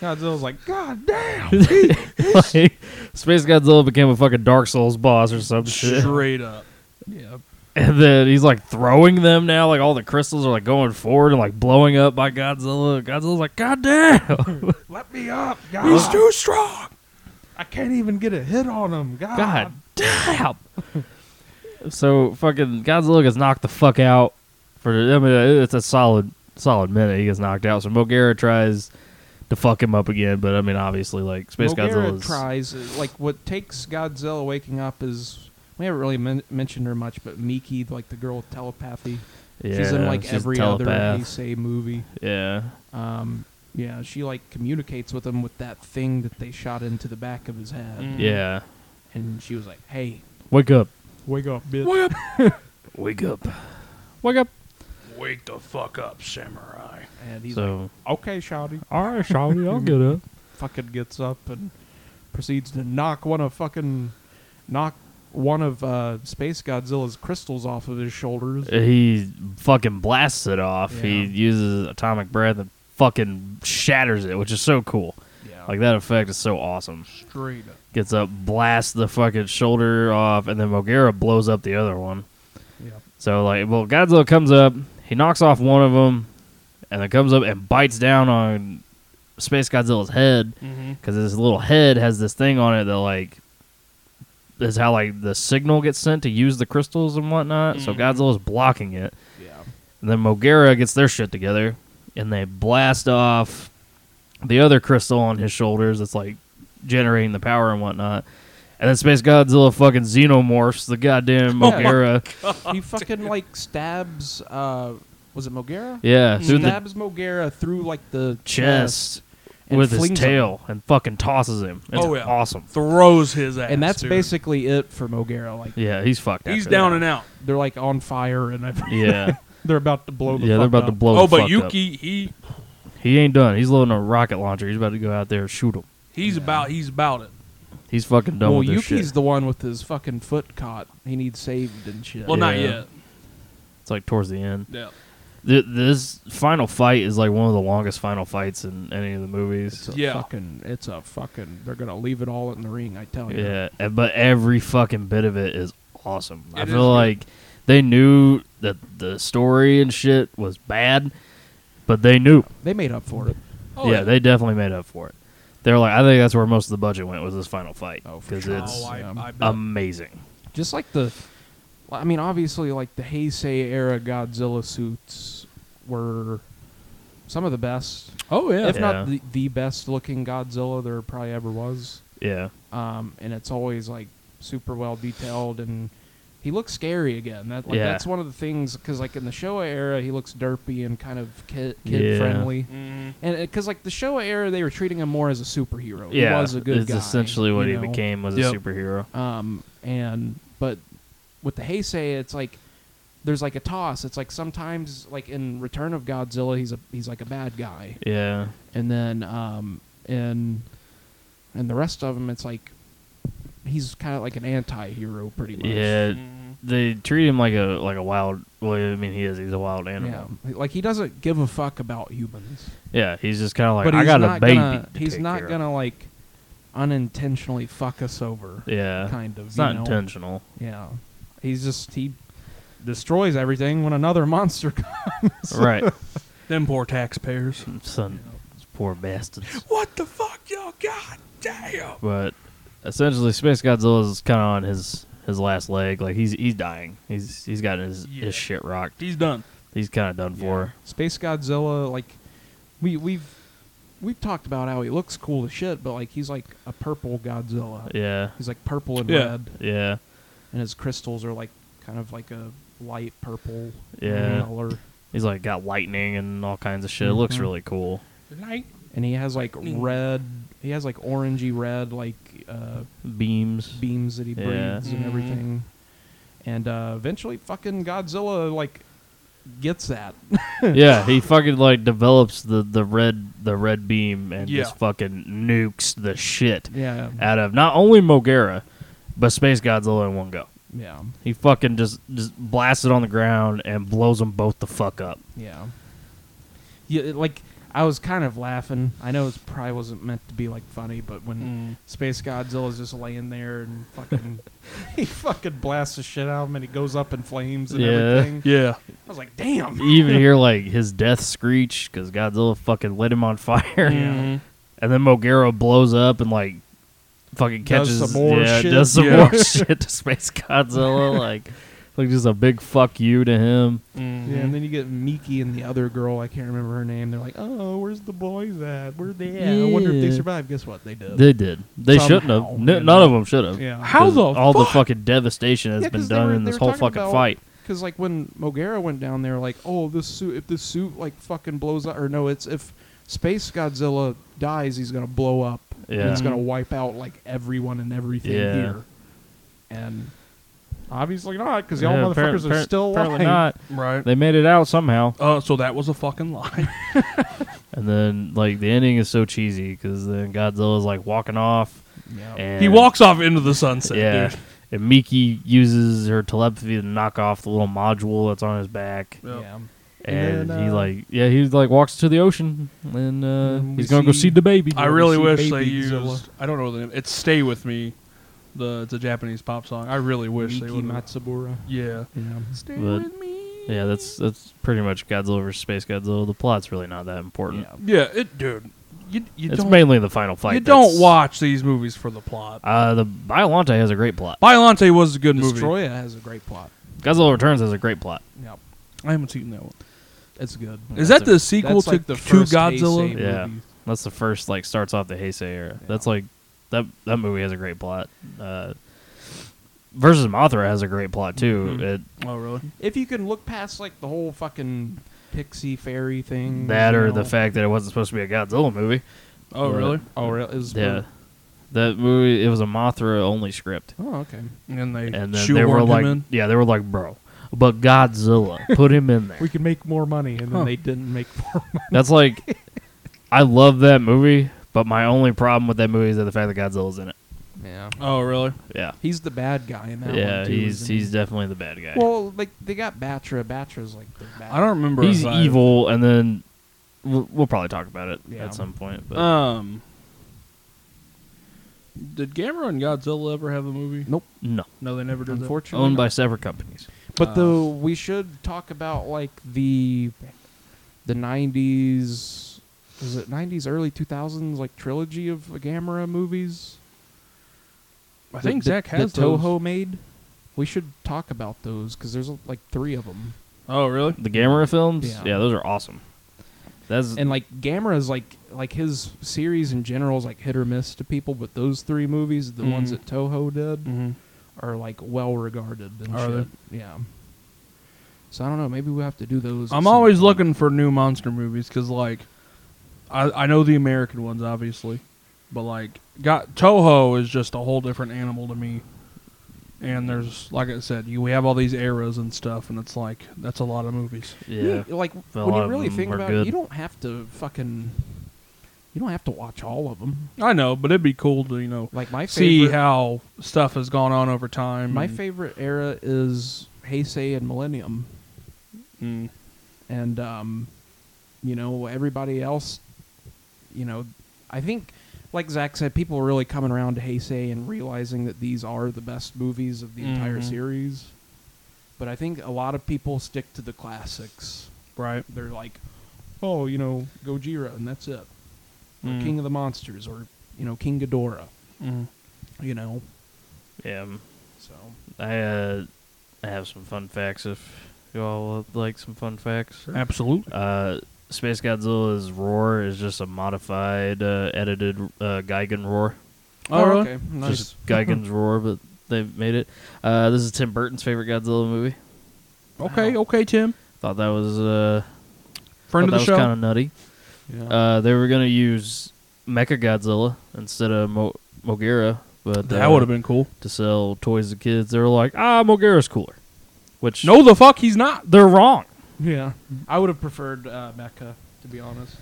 [SPEAKER 4] Godzilla's like, God
[SPEAKER 3] [LAUGHS]
[SPEAKER 4] damn.
[SPEAKER 3] like, Space Godzilla became a fucking Dark Souls boss or
[SPEAKER 2] [LAUGHS]
[SPEAKER 3] some shit.
[SPEAKER 2] Straight up.
[SPEAKER 4] Yeah.
[SPEAKER 3] And then he's like throwing them now. Like all the crystals are like going forward and like blowing up by Godzilla. Godzilla's like, God damn.
[SPEAKER 4] Let me up, God.
[SPEAKER 2] He's too strong.
[SPEAKER 4] I can't even get a hit on him. God.
[SPEAKER 3] God damn. so fucking Godzilla gets knocked the fuck out for I mean it's a solid solid minute he gets knocked out. So Mogera tries to fuck him up again, but I mean obviously like Space
[SPEAKER 4] Mogera
[SPEAKER 3] Godzilla is
[SPEAKER 4] tries uh, like what takes Godzilla waking up is we haven't really men- mentioned her much, but Miki, like the girl with telepathy,
[SPEAKER 3] yeah,
[SPEAKER 4] she's in like
[SPEAKER 3] she's a
[SPEAKER 4] every
[SPEAKER 3] telepath.
[SPEAKER 4] other Heisei movie.
[SPEAKER 3] Yeah.
[SPEAKER 4] Um, yeah, she like communicates with him with that thing that they shot into the back of his head,
[SPEAKER 2] Mm.
[SPEAKER 3] Yeah.
[SPEAKER 4] and she was like, "Hey,
[SPEAKER 3] Wake up.
[SPEAKER 4] wake up, bitch."
[SPEAKER 2] Wake up.
[SPEAKER 3] Wake up. Wake up.
[SPEAKER 2] Wake the fuck up, samurai.
[SPEAKER 4] And he's
[SPEAKER 3] So
[SPEAKER 4] like, "Okay, shouty."
[SPEAKER 3] all right,
[SPEAKER 4] Oh,
[SPEAKER 3] Shawty, I'll get up.
[SPEAKER 4] fucking gets up and proceeds to knock one of fucking knock one of uh, Space Godzilla's crystals off of his shoulders.
[SPEAKER 3] uh, He fucking blasts it off. He
[SPEAKER 4] Yeah.
[SPEAKER 3] uses atomic breath and fucking shatters it, which is so cool.
[SPEAKER 4] yeah.
[SPEAKER 3] Like that effect is so awesome.
[SPEAKER 2] Straight up.
[SPEAKER 3] Gets up, blasts the fucking shoulder off, and then Mogera blows up the other one.
[SPEAKER 4] yeah.
[SPEAKER 3] So like, well, Godzilla comes up, he knocks off one of them, and then comes up and bites down on Space Godzilla's head
[SPEAKER 2] Mm-hmm.
[SPEAKER 3] because his little head has this thing on it that like is how like the signal gets sent to use the crystals and whatnot. So
[SPEAKER 2] Mhm.
[SPEAKER 3] Godzilla's blocking it.
[SPEAKER 4] Yeah.
[SPEAKER 3] And then Mogera gets their shit together, and they blast off the other crystal on his shoulders. That's like generating the power and whatnot. And then Space Godzilla fucking xenomorphs the goddamn
[SPEAKER 4] [LAUGHS] Oh my
[SPEAKER 3] Mogera.
[SPEAKER 4] he fucking like stabs uh was it Mogera?
[SPEAKER 3] yeah, through the
[SPEAKER 4] stabs Mogera through like the
[SPEAKER 3] chest
[SPEAKER 4] and
[SPEAKER 3] with his
[SPEAKER 4] flings
[SPEAKER 3] tail and fucking tosses him. It's
[SPEAKER 2] Oh, yeah.
[SPEAKER 3] awesome.
[SPEAKER 2] Throws his ass.
[SPEAKER 4] And that's
[SPEAKER 2] dude.
[SPEAKER 4] basically it for Mogera. Like
[SPEAKER 3] Yeah, he's fucked.
[SPEAKER 2] He's
[SPEAKER 3] after
[SPEAKER 2] down
[SPEAKER 3] that.
[SPEAKER 2] and out.
[SPEAKER 4] they're like on fire and everything.
[SPEAKER 3] Yeah,
[SPEAKER 4] they're about to [LAUGHS] blow the
[SPEAKER 3] yeah, they're about
[SPEAKER 4] fuck
[SPEAKER 3] to
[SPEAKER 4] up.
[SPEAKER 3] blow.
[SPEAKER 2] oh,
[SPEAKER 3] the
[SPEAKER 2] but
[SPEAKER 3] fuck up.
[SPEAKER 2] Yuki, he
[SPEAKER 3] he ain't done. He's loading a rocket launcher. He's about to go out there and shoot him.
[SPEAKER 2] he's about he's about it.
[SPEAKER 3] He's fucking done
[SPEAKER 4] Well,
[SPEAKER 3] with this
[SPEAKER 4] Yuki's
[SPEAKER 3] shit.
[SPEAKER 4] the one with his fucking foot caught. He needs saved and shit.
[SPEAKER 2] Well, not
[SPEAKER 3] Yeah.
[SPEAKER 2] yet.
[SPEAKER 3] It's like towards the end.
[SPEAKER 2] Yeah.
[SPEAKER 3] Th- this final fight is like one of the longest final fights in any of the movies.
[SPEAKER 4] It's a
[SPEAKER 2] Yeah.
[SPEAKER 4] fucking. It's a fucking. They're gonna leave it all in the ring. I tell you.
[SPEAKER 3] Yeah, and- but every fucking bit of it is awesome. I
[SPEAKER 2] It is
[SPEAKER 3] feel
[SPEAKER 2] good.
[SPEAKER 3] like they knew that the story and shit was bad, but they knew.
[SPEAKER 4] They made up for it.
[SPEAKER 2] Oh,
[SPEAKER 3] yeah, they definitely made up for it. They're like, I think that's where most of the budget went was this final fight
[SPEAKER 4] Oh, for
[SPEAKER 3] because
[SPEAKER 4] sure.
[SPEAKER 3] it's
[SPEAKER 2] oh, I,
[SPEAKER 4] um,
[SPEAKER 2] I bet.
[SPEAKER 3] amazing.
[SPEAKER 4] Just like the. I mean, obviously, like the Heisei era Godzilla suits were some of the best,
[SPEAKER 2] oh yeah.
[SPEAKER 4] if
[SPEAKER 3] Yeah.
[SPEAKER 4] not the, the best looking Godzilla there probably ever was.
[SPEAKER 3] Yeah,
[SPEAKER 4] Um, and it's always like super well detailed, and he looks scary again. That like
[SPEAKER 3] Yeah.
[SPEAKER 4] that's one of the things because like in the Showa era, he looks derpy and kind of kid,
[SPEAKER 3] Yeah.
[SPEAKER 4] kid friendly.
[SPEAKER 2] Mhm.
[SPEAKER 4] And because like the Showa era, they were treating him more as a superhero.
[SPEAKER 3] yeah,
[SPEAKER 4] he was a good
[SPEAKER 3] it's
[SPEAKER 4] guy.
[SPEAKER 3] essentially what
[SPEAKER 4] you
[SPEAKER 3] he
[SPEAKER 4] know?
[SPEAKER 3] became was
[SPEAKER 2] Yep.
[SPEAKER 3] a superhero.
[SPEAKER 4] Um, and but with the Heisei, it's like there's like a toss. It's like sometimes like in Return of Godzilla, he's a he's like a bad guy,
[SPEAKER 3] Yeah.
[SPEAKER 4] and then um in and the rest of them, it's like he's kind of like an anti-hero pretty much.
[SPEAKER 3] Yeah.
[SPEAKER 2] Mhm.
[SPEAKER 3] They treat him like a like a wild. Well, I mean, he is. He's a wild
[SPEAKER 4] Yeah,
[SPEAKER 3] animal.
[SPEAKER 4] like he doesn't give a fuck about humans.
[SPEAKER 3] Yeah. he's just kind of like
[SPEAKER 4] but
[SPEAKER 3] I
[SPEAKER 4] he's
[SPEAKER 3] got
[SPEAKER 4] not
[SPEAKER 3] a baby.
[SPEAKER 4] Gonna,
[SPEAKER 3] to
[SPEAKER 4] he's
[SPEAKER 3] take
[SPEAKER 4] not
[SPEAKER 3] care of."
[SPEAKER 4] gonna like unintentionally fuck us over.
[SPEAKER 3] Yeah.
[SPEAKER 4] kind of.
[SPEAKER 3] It's
[SPEAKER 4] you
[SPEAKER 3] not
[SPEAKER 4] know? [LAUGHS]
[SPEAKER 3] intentional.
[SPEAKER 4] Yeah, he's just he destroys everything when another [LAUGHS] monster comes.
[SPEAKER 3] right.
[SPEAKER 2] Them poor taxpayers.
[SPEAKER 3] Son, these poor bastards.
[SPEAKER 2] What the fuck, y'all? God damn.
[SPEAKER 3] But essentially, Space Godzilla is kind of on his his last leg. Like he's he's dying. He's he's got his
[SPEAKER 2] Yeah.
[SPEAKER 3] his shit rocked.
[SPEAKER 2] He's done.
[SPEAKER 3] He's kind of done for.
[SPEAKER 4] Space Godzilla, like we we've we've talked about how he looks cool as shit, but like he's like a purple Godzilla.
[SPEAKER 3] Yeah.
[SPEAKER 4] He's like purple and
[SPEAKER 2] Yeah.
[SPEAKER 4] red,
[SPEAKER 3] Yeah.
[SPEAKER 4] and his crystals are like kind of like a light purple
[SPEAKER 3] Yeah.
[SPEAKER 4] color.
[SPEAKER 3] He's like got lightning and all kinds of shit. It looks
[SPEAKER 4] Mhm.
[SPEAKER 3] really cool.
[SPEAKER 2] Light.
[SPEAKER 4] And he has like
[SPEAKER 2] Lightning.
[SPEAKER 4] red. He has like orangey red like uh,
[SPEAKER 3] Beams.
[SPEAKER 4] beams that he
[SPEAKER 3] Yeah.
[SPEAKER 4] breathes
[SPEAKER 2] Mhm.
[SPEAKER 4] and everything. And uh, eventually, fucking Godzilla like gets
[SPEAKER 3] [LAUGHS]
[SPEAKER 4] that.
[SPEAKER 3] yeah, he fucking like develops the the red the red beam and
[SPEAKER 2] Yeah.
[SPEAKER 3] just fucking nukes the shit
[SPEAKER 4] yeah,
[SPEAKER 3] out of not only Mogera, but Space Godzilla in one go.
[SPEAKER 4] yeah,
[SPEAKER 3] He fucking just just blasts it on the ground and blows them both the fuck up.
[SPEAKER 4] yeah. Yeah, it, like I was kind of laughing. I know it probably wasn't meant to be like funny, but when Space Godzilla's just laying there and fucking, he fucking blasts the shit out of him and he goes up in flames and
[SPEAKER 3] Yeah.
[SPEAKER 4] everything.
[SPEAKER 2] Yeah.
[SPEAKER 4] I was like, damn.
[SPEAKER 3] You even
[SPEAKER 4] [LAUGHS]
[SPEAKER 3] hear like his death screech because Godzilla fucking lit him on [LAUGHS] fire,
[SPEAKER 2] Mhm.
[SPEAKER 3] and then Mogera blows up and like fucking
[SPEAKER 4] Does
[SPEAKER 3] catches
[SPEAKER 4] some more
[SPEAKER 3] yeah,
[SPEAKER 4] shit.
[SPEAKER 3] does some
[SPEAKER 2] Yeah.
[SPEAKER 3] more [LAUGHS] shit to Space Godzilla like like just a big fuck you to him.
[SPEAKER 4] Yeah, and then you get Miki and the other girl. I can't remember her name. They're like, "Oh, where's the boys at? Where they at? I wonder if they
[SPEAKER 3] Yeah.
[SPEAKER 4] survived." Guess what? They did.
[SPEAKER 3] They did. They
[SPEAKER 4] Somehow,
[SPEAKER 3] shouldn't have.
[SPEAKER 4] you
[SPEAKER 3] N- none of
[SPEAKER 4] know.
[SPEAKER 3] them should have.
[SPEAKER 4] yeah.
[SPEAKER 2] How the
[SPEAKER 3] all the
[SPEAKER 2] fuck?
[SPEAKER 3] fucking devastation that's
[SPEAKER 4] Yeah,
[SPEAKER 3] been
[SPEAKER 4] 'cause they
[SPEAKER 3] done
[SPEAKER 4] were-
[SPEAKER 3] in
[SPEAKER 4] they
[SPEAKER 3] this
[SPEAKER 4] were
[SPEAKER 3] whole
[SPEAKER 4] talking
[SPEAKER 3] fucking
[SPEAKER 4] about-
[SPEAKER 3] fight.
[SPEAKER 4] Because like when Mogera went down there, like, "Oh, this suit. If this suit like fucking blows up, or no, it's if Space Godzilla dies, he's gonna blow up. And
[SPEAKER 3] Yeah.
[SPEAKER 4] it's gonna wipe out like everyone and everything
[SPEAKER 3] Yeah.
[SPEAKER 4] here." And obviously not, because y'all
[SPEAKER 3] Yeah,
[SPEAKER 4] motherfuckers
[SPEAKER 3] appar-
[SPEAKER 4] are
[SPEAKER 3] appar-
[SPEAKER 4] still alive.
[SPEAKER 3] apparently not.
[SPEAKER 2] Right.
[SPEAKER 3] They made it out somehow,
[SPEAKER 2] Uh, so that was a fucking lie. [LAUGHS]
[SPEAKER 3] and then like the ending is so cheesy because then Godzilla's like walking off,
[SPEAKER 4] Yeah.
[SPEAKER 3] and
[SPEAKER 2] he walks off into the sunset,
[SPEAKER 3] Yeah,
[SPEAKER 2] dude.
[SPEAKER 3] and Miki uses her telepathy to knock off the little module that's on his back,
[SPEAKER 2] Yeah.
[SPEAKER 4] Yeah.
[SPEAKER 3] and,
[SPEAKER 4] And then,
[SPEAKER 3] he
[SPEAKER 4] uh,
[SPEAKER 3] like yeah he like walks to the ocean, and uh,
[SPEAKER 4] And we
[SPEAKER 3] he's gonna go
[SPEAKER 4] see-
[SPEAKER 3] see the baby.
[SPEAKER 2] I really
[SPEAKER 4] see
[SPEAKER 2] wish they
[SPEAKER 4] Baby
[SPEAKER 2] used.
[SPEAKER 4] Zilla.
[SPEAKER 2] I don't know the name. It's "Stay with Me." The it's a Japanese pop song. I really wish they
[SPEAKER 4] Miki
[SPEAKER 2] would.
[SPEAKER 4] Matsubura.
[SPEAKER 2] Yeah.
[SPEAKER 4] Yeah.
[SPEAKER 2] Stay
[SPEAKER 3] But- with
[SPEAKER 2] me.
[SPEAKER 3] yeah, that's that's pretty much Godzilla versus Space Godzilla. The plot's really not that important.
[SPEAKER 4] Yeah.
[SPEAKER 2] Yeah, it, dude. You you
[SPEAKER 3] it's
[SPEAKER 2] don't
[SPEAKER 3] mainly the final fight.
[SPEAKER 2] you
[SPEAKER 3] that's-
[SPEAKER 2] don't watch these movies for the plot.
[SPEAKER 3] Uh, the Biolante has a great plot.
[SPEAKER 2] Biolante was a good movie.
[SPEAKER 4] Destroya has a great plot.
[SPEAKER 3] Godzilla Returns has a great plot.
[SPEAKER 4] Yep.
[SPEAKER 2] I haven't seen that one.
[SPEAKER 4] It's good.
[SPEAKER 2] Is
[SPEAKER 3] That's
[SPEAKER 2] that
[SPEAKER 3] a-
[SPEAKER 2] the sequel
[SPEAKER 4] That's
[SPEAKER 2] to,
[SPEAKER 4] like the
[SPEAKER 2] to
[SPEAKER 4] first
[SPEAKER 2] Godzilla?
[SPEAKER 4] Heisei
[SPEAKER 3] Yeah.
[SPEAKER 4] movie.
[SPEAKER 3] That's the first like starts off the Heisei era.
[SPEAKER 4] Yeah.
[SPEAKER 3] That's like that that movie has a great plot. Uh, versus Mothra has a great plot too.
[SPEAKER 2] Mhm.
[SPEAKER 3] It,
[SPEAKER 2] Oh, really?
[SPEAKER 4] If you can look past like the whole fucking pixie fairy thing,
[SPEAKER 3] that
[SPEAKER 4] you
[SPEAKER 3] or
[SPEAKER 4] know.
[SPEAKER 3] the fact that it wasn't supposed to be a Godzilla movie.
[SPEAKER 2] Oh,
[SPEAKER 3] But-
[SPEAKER 2] really?
[SPEAKER 4] Oh, really? It was
[SPEAKER 3] Yeah, that movie it was a Mothra only script,
[SPEAKER 4] Oh, okay.
[SPEAKER 2] And they
[SPEAKER 3] and then they were
[SPEAKER 2] shoehorned
[SPEAKER 3] like,
[SPEAKER 2] him in.
[SPEAKER 3] yeah, they were like, bro, but Godzilla, put him in there.
[SPEAKER 4] [LAUGHS] We can make more money, and then
[SPEAKER 2] Huh.
[SPEAKER 4] they didn't make more. money.
[SPEAKER 3] That's like, I love that movie, but my only problem with that movie is that the fact that Godzilla's in it.
[SPEAKER 4] Yeah,
[SPEAKER 2] Oh, really?
[SPEAKER 3] Yeah,
[SPEAKER 4] he's the bad guy in that
[SPEAKER 3] yeah,
[SPEAKER 4] one. too,
[SPEAKER 3] he's
[SPEAKER 4] isn't he?
[SPEAKER 3] he's definitely the bad guy.
[SPEAKER 4] Well, like they got Batra. Batra's like the bad.
[SPEAKER 2] I don't remember.
[SPEAKER 3] He's
[SPEAKER 2] if I-
[SPEAKER 3] evil, and then we'll, we'll probably talk about it
[SPEAKER 4] Yeah.
[SPEAKER 3] at some point. But
[SPEAKER 2] Um, did Gamera and Godzilla ever have a movie?
[SPEAKER 4] Nope.
[SPEAKER 3] no,
[SPEAKER 2] No, they never did. that.
[SPEAKER 4] Unfortunately,
[SPEAKER 3] owned by
[SPEAKER 4] not.
[SPEAKER 3] separate companies.
[SPEAKER 4] But
[SPEAKER 2] uh,
[SPEAKER 4] the we should talk about like the the '90s. Was it '90s, early 2000s, like trilogy of Gamera movies?
[SPEAKER 2] I think
[SPEAKER 4] that
[SPEAKER 2] Zach has
[SPEAKER 4] that
[SPEAKER 2] those.
[SPEAKER 4] Toho made. We should talk about those because there's like three of them,
[SPEAKER 2] Oh, really?
[SPEAKER 3] The Gamera films, yeah,
[SPEAKER 4] Yeah.
[SPEAKER 3] those are awesome. That's
[SPEAKER 4] and like Gamera's like like his series in general is like hit or miss to people, but those three movies, the ones
[SPEAKER 2] Mhm.
[SPEAKER 4] that Toho did,
[SPEAKER 2] Mm-hmm.
[SPEAKER 4] are like well regarded and
[SPEAKER 2] Are
[SPEAKER 4] shit. Yeah. So I don't know. Maybe we will have to do those. at
[SPEAKER 2] I'm
[SPEAKER 4] some
[SPEAKER 2] always
[SPEAKER 4] point.
[SPEAKER 2] looking for new monster movies because, like, I I know the American ones obviously, but like, got Toho is just a whole different animal to me. And there's like I said, you we have all these eras and stuff, and it's like that's a lot of movies.
[SPEAKER 3] Yeah.
[SPEAKER 4] You- like
[SPEAKER 3] But a
[SPEAKER 4] when
[SPEAKER 3] lot
[SPEAKER 4] you
[SPEAKER 3] of
[SPEAKER 4] really
[SPEAKER 3] them
[SPEAKER 4] think
[SPEAKER 3] are
[SPEAKER 4] about it,
[SPEAKER 3] good.
[SPEAKER 4] you don't have to fucking. You don't have to watch all of them.
[SPEAKER 2] I know, but it'd be cool to you know
[SPEAKER 4] Like my
[SPEAKER 2] see
[SPEAKER 4] favorite,
[SPEAKER 2] how stuff has gone on over time.
[SPEAKER 4] my
[SPEAKER 2] and-
[SPEAKER 4] favorite era is Heisei and Millennium,
[SPEAKER 2] mm.
[SPEAKER 4] and um, you know everybody else. You know, I think, like Zach said, people are really coming around to Heisei and realizing that these are the best movies of the entire
[SPEAKER 3] Mm-hmm.
[SPEAKER 2] Mhm.
[SPEAKER 4] series. But I think a lot of people stick to the classics.
[SPEAKER 2] right.
[SPEAKER 4] They're like, oh, you know, Gojira, and that's it. Or
[SPEAKER 2] Mm.
[SPEAKER 4] King of the Monsters, or you know, King Ghidorah.
[SPEAKER 2] Mm.
[SPEAKER 4] You know,
[SPEAKER 3] Yeah. um,
[SPEAKER 4] so
[SPEAKER 3] I uh, I have some fun facts if you all would like some fun facts.
[SPEAKER 2] Absolutely.
[SPEAKER 3] Uh, Space Godzilla's roar is just a modified, uh, edited uh, Gigan roar.
[SPEAKER 2] Oh, really?
[SPEAKER 4] okay, nice.
[SPEAKER 2] [LAUGHS]
[SPEAKER 3] Just Gigan's roar, but they made it. Uh, this is Tim Burton's favorite Godzilla movie.
[SPEAKER 2] Okay.
[SPEAKER 4] Wow.
[SPEAKER 2] Okay, Tim.
[SPEAKER 3] Thought that was uh,
[SPEAKER 2] Friend
[SPEAKER 3] thought
[SPEAKER 2] of the
[SPEAKER 3] that
[SPEAKER 2] show. Oh.
[SPEAKER 3] was kind of nutty.
[SPEAKER 4] yeah.
[SPEAKER 3] Uh, they were gonna use Mecha Godzilla instead of Mo- Mogera, but
[SPEAKER 2] that
[SPEAKER 3] uh,
[SPEAKER 2] would have been cool.
[SPEAKER 3] to sell toys to kids. They were like, ah, Mogera's cooler, which
[SPEAKER 2] No, the fuck, he's not.
[SPEAKER 3] they're wrong.
[SPEAKER 4] yeah, I would have preferred uh, Mecca to be honest.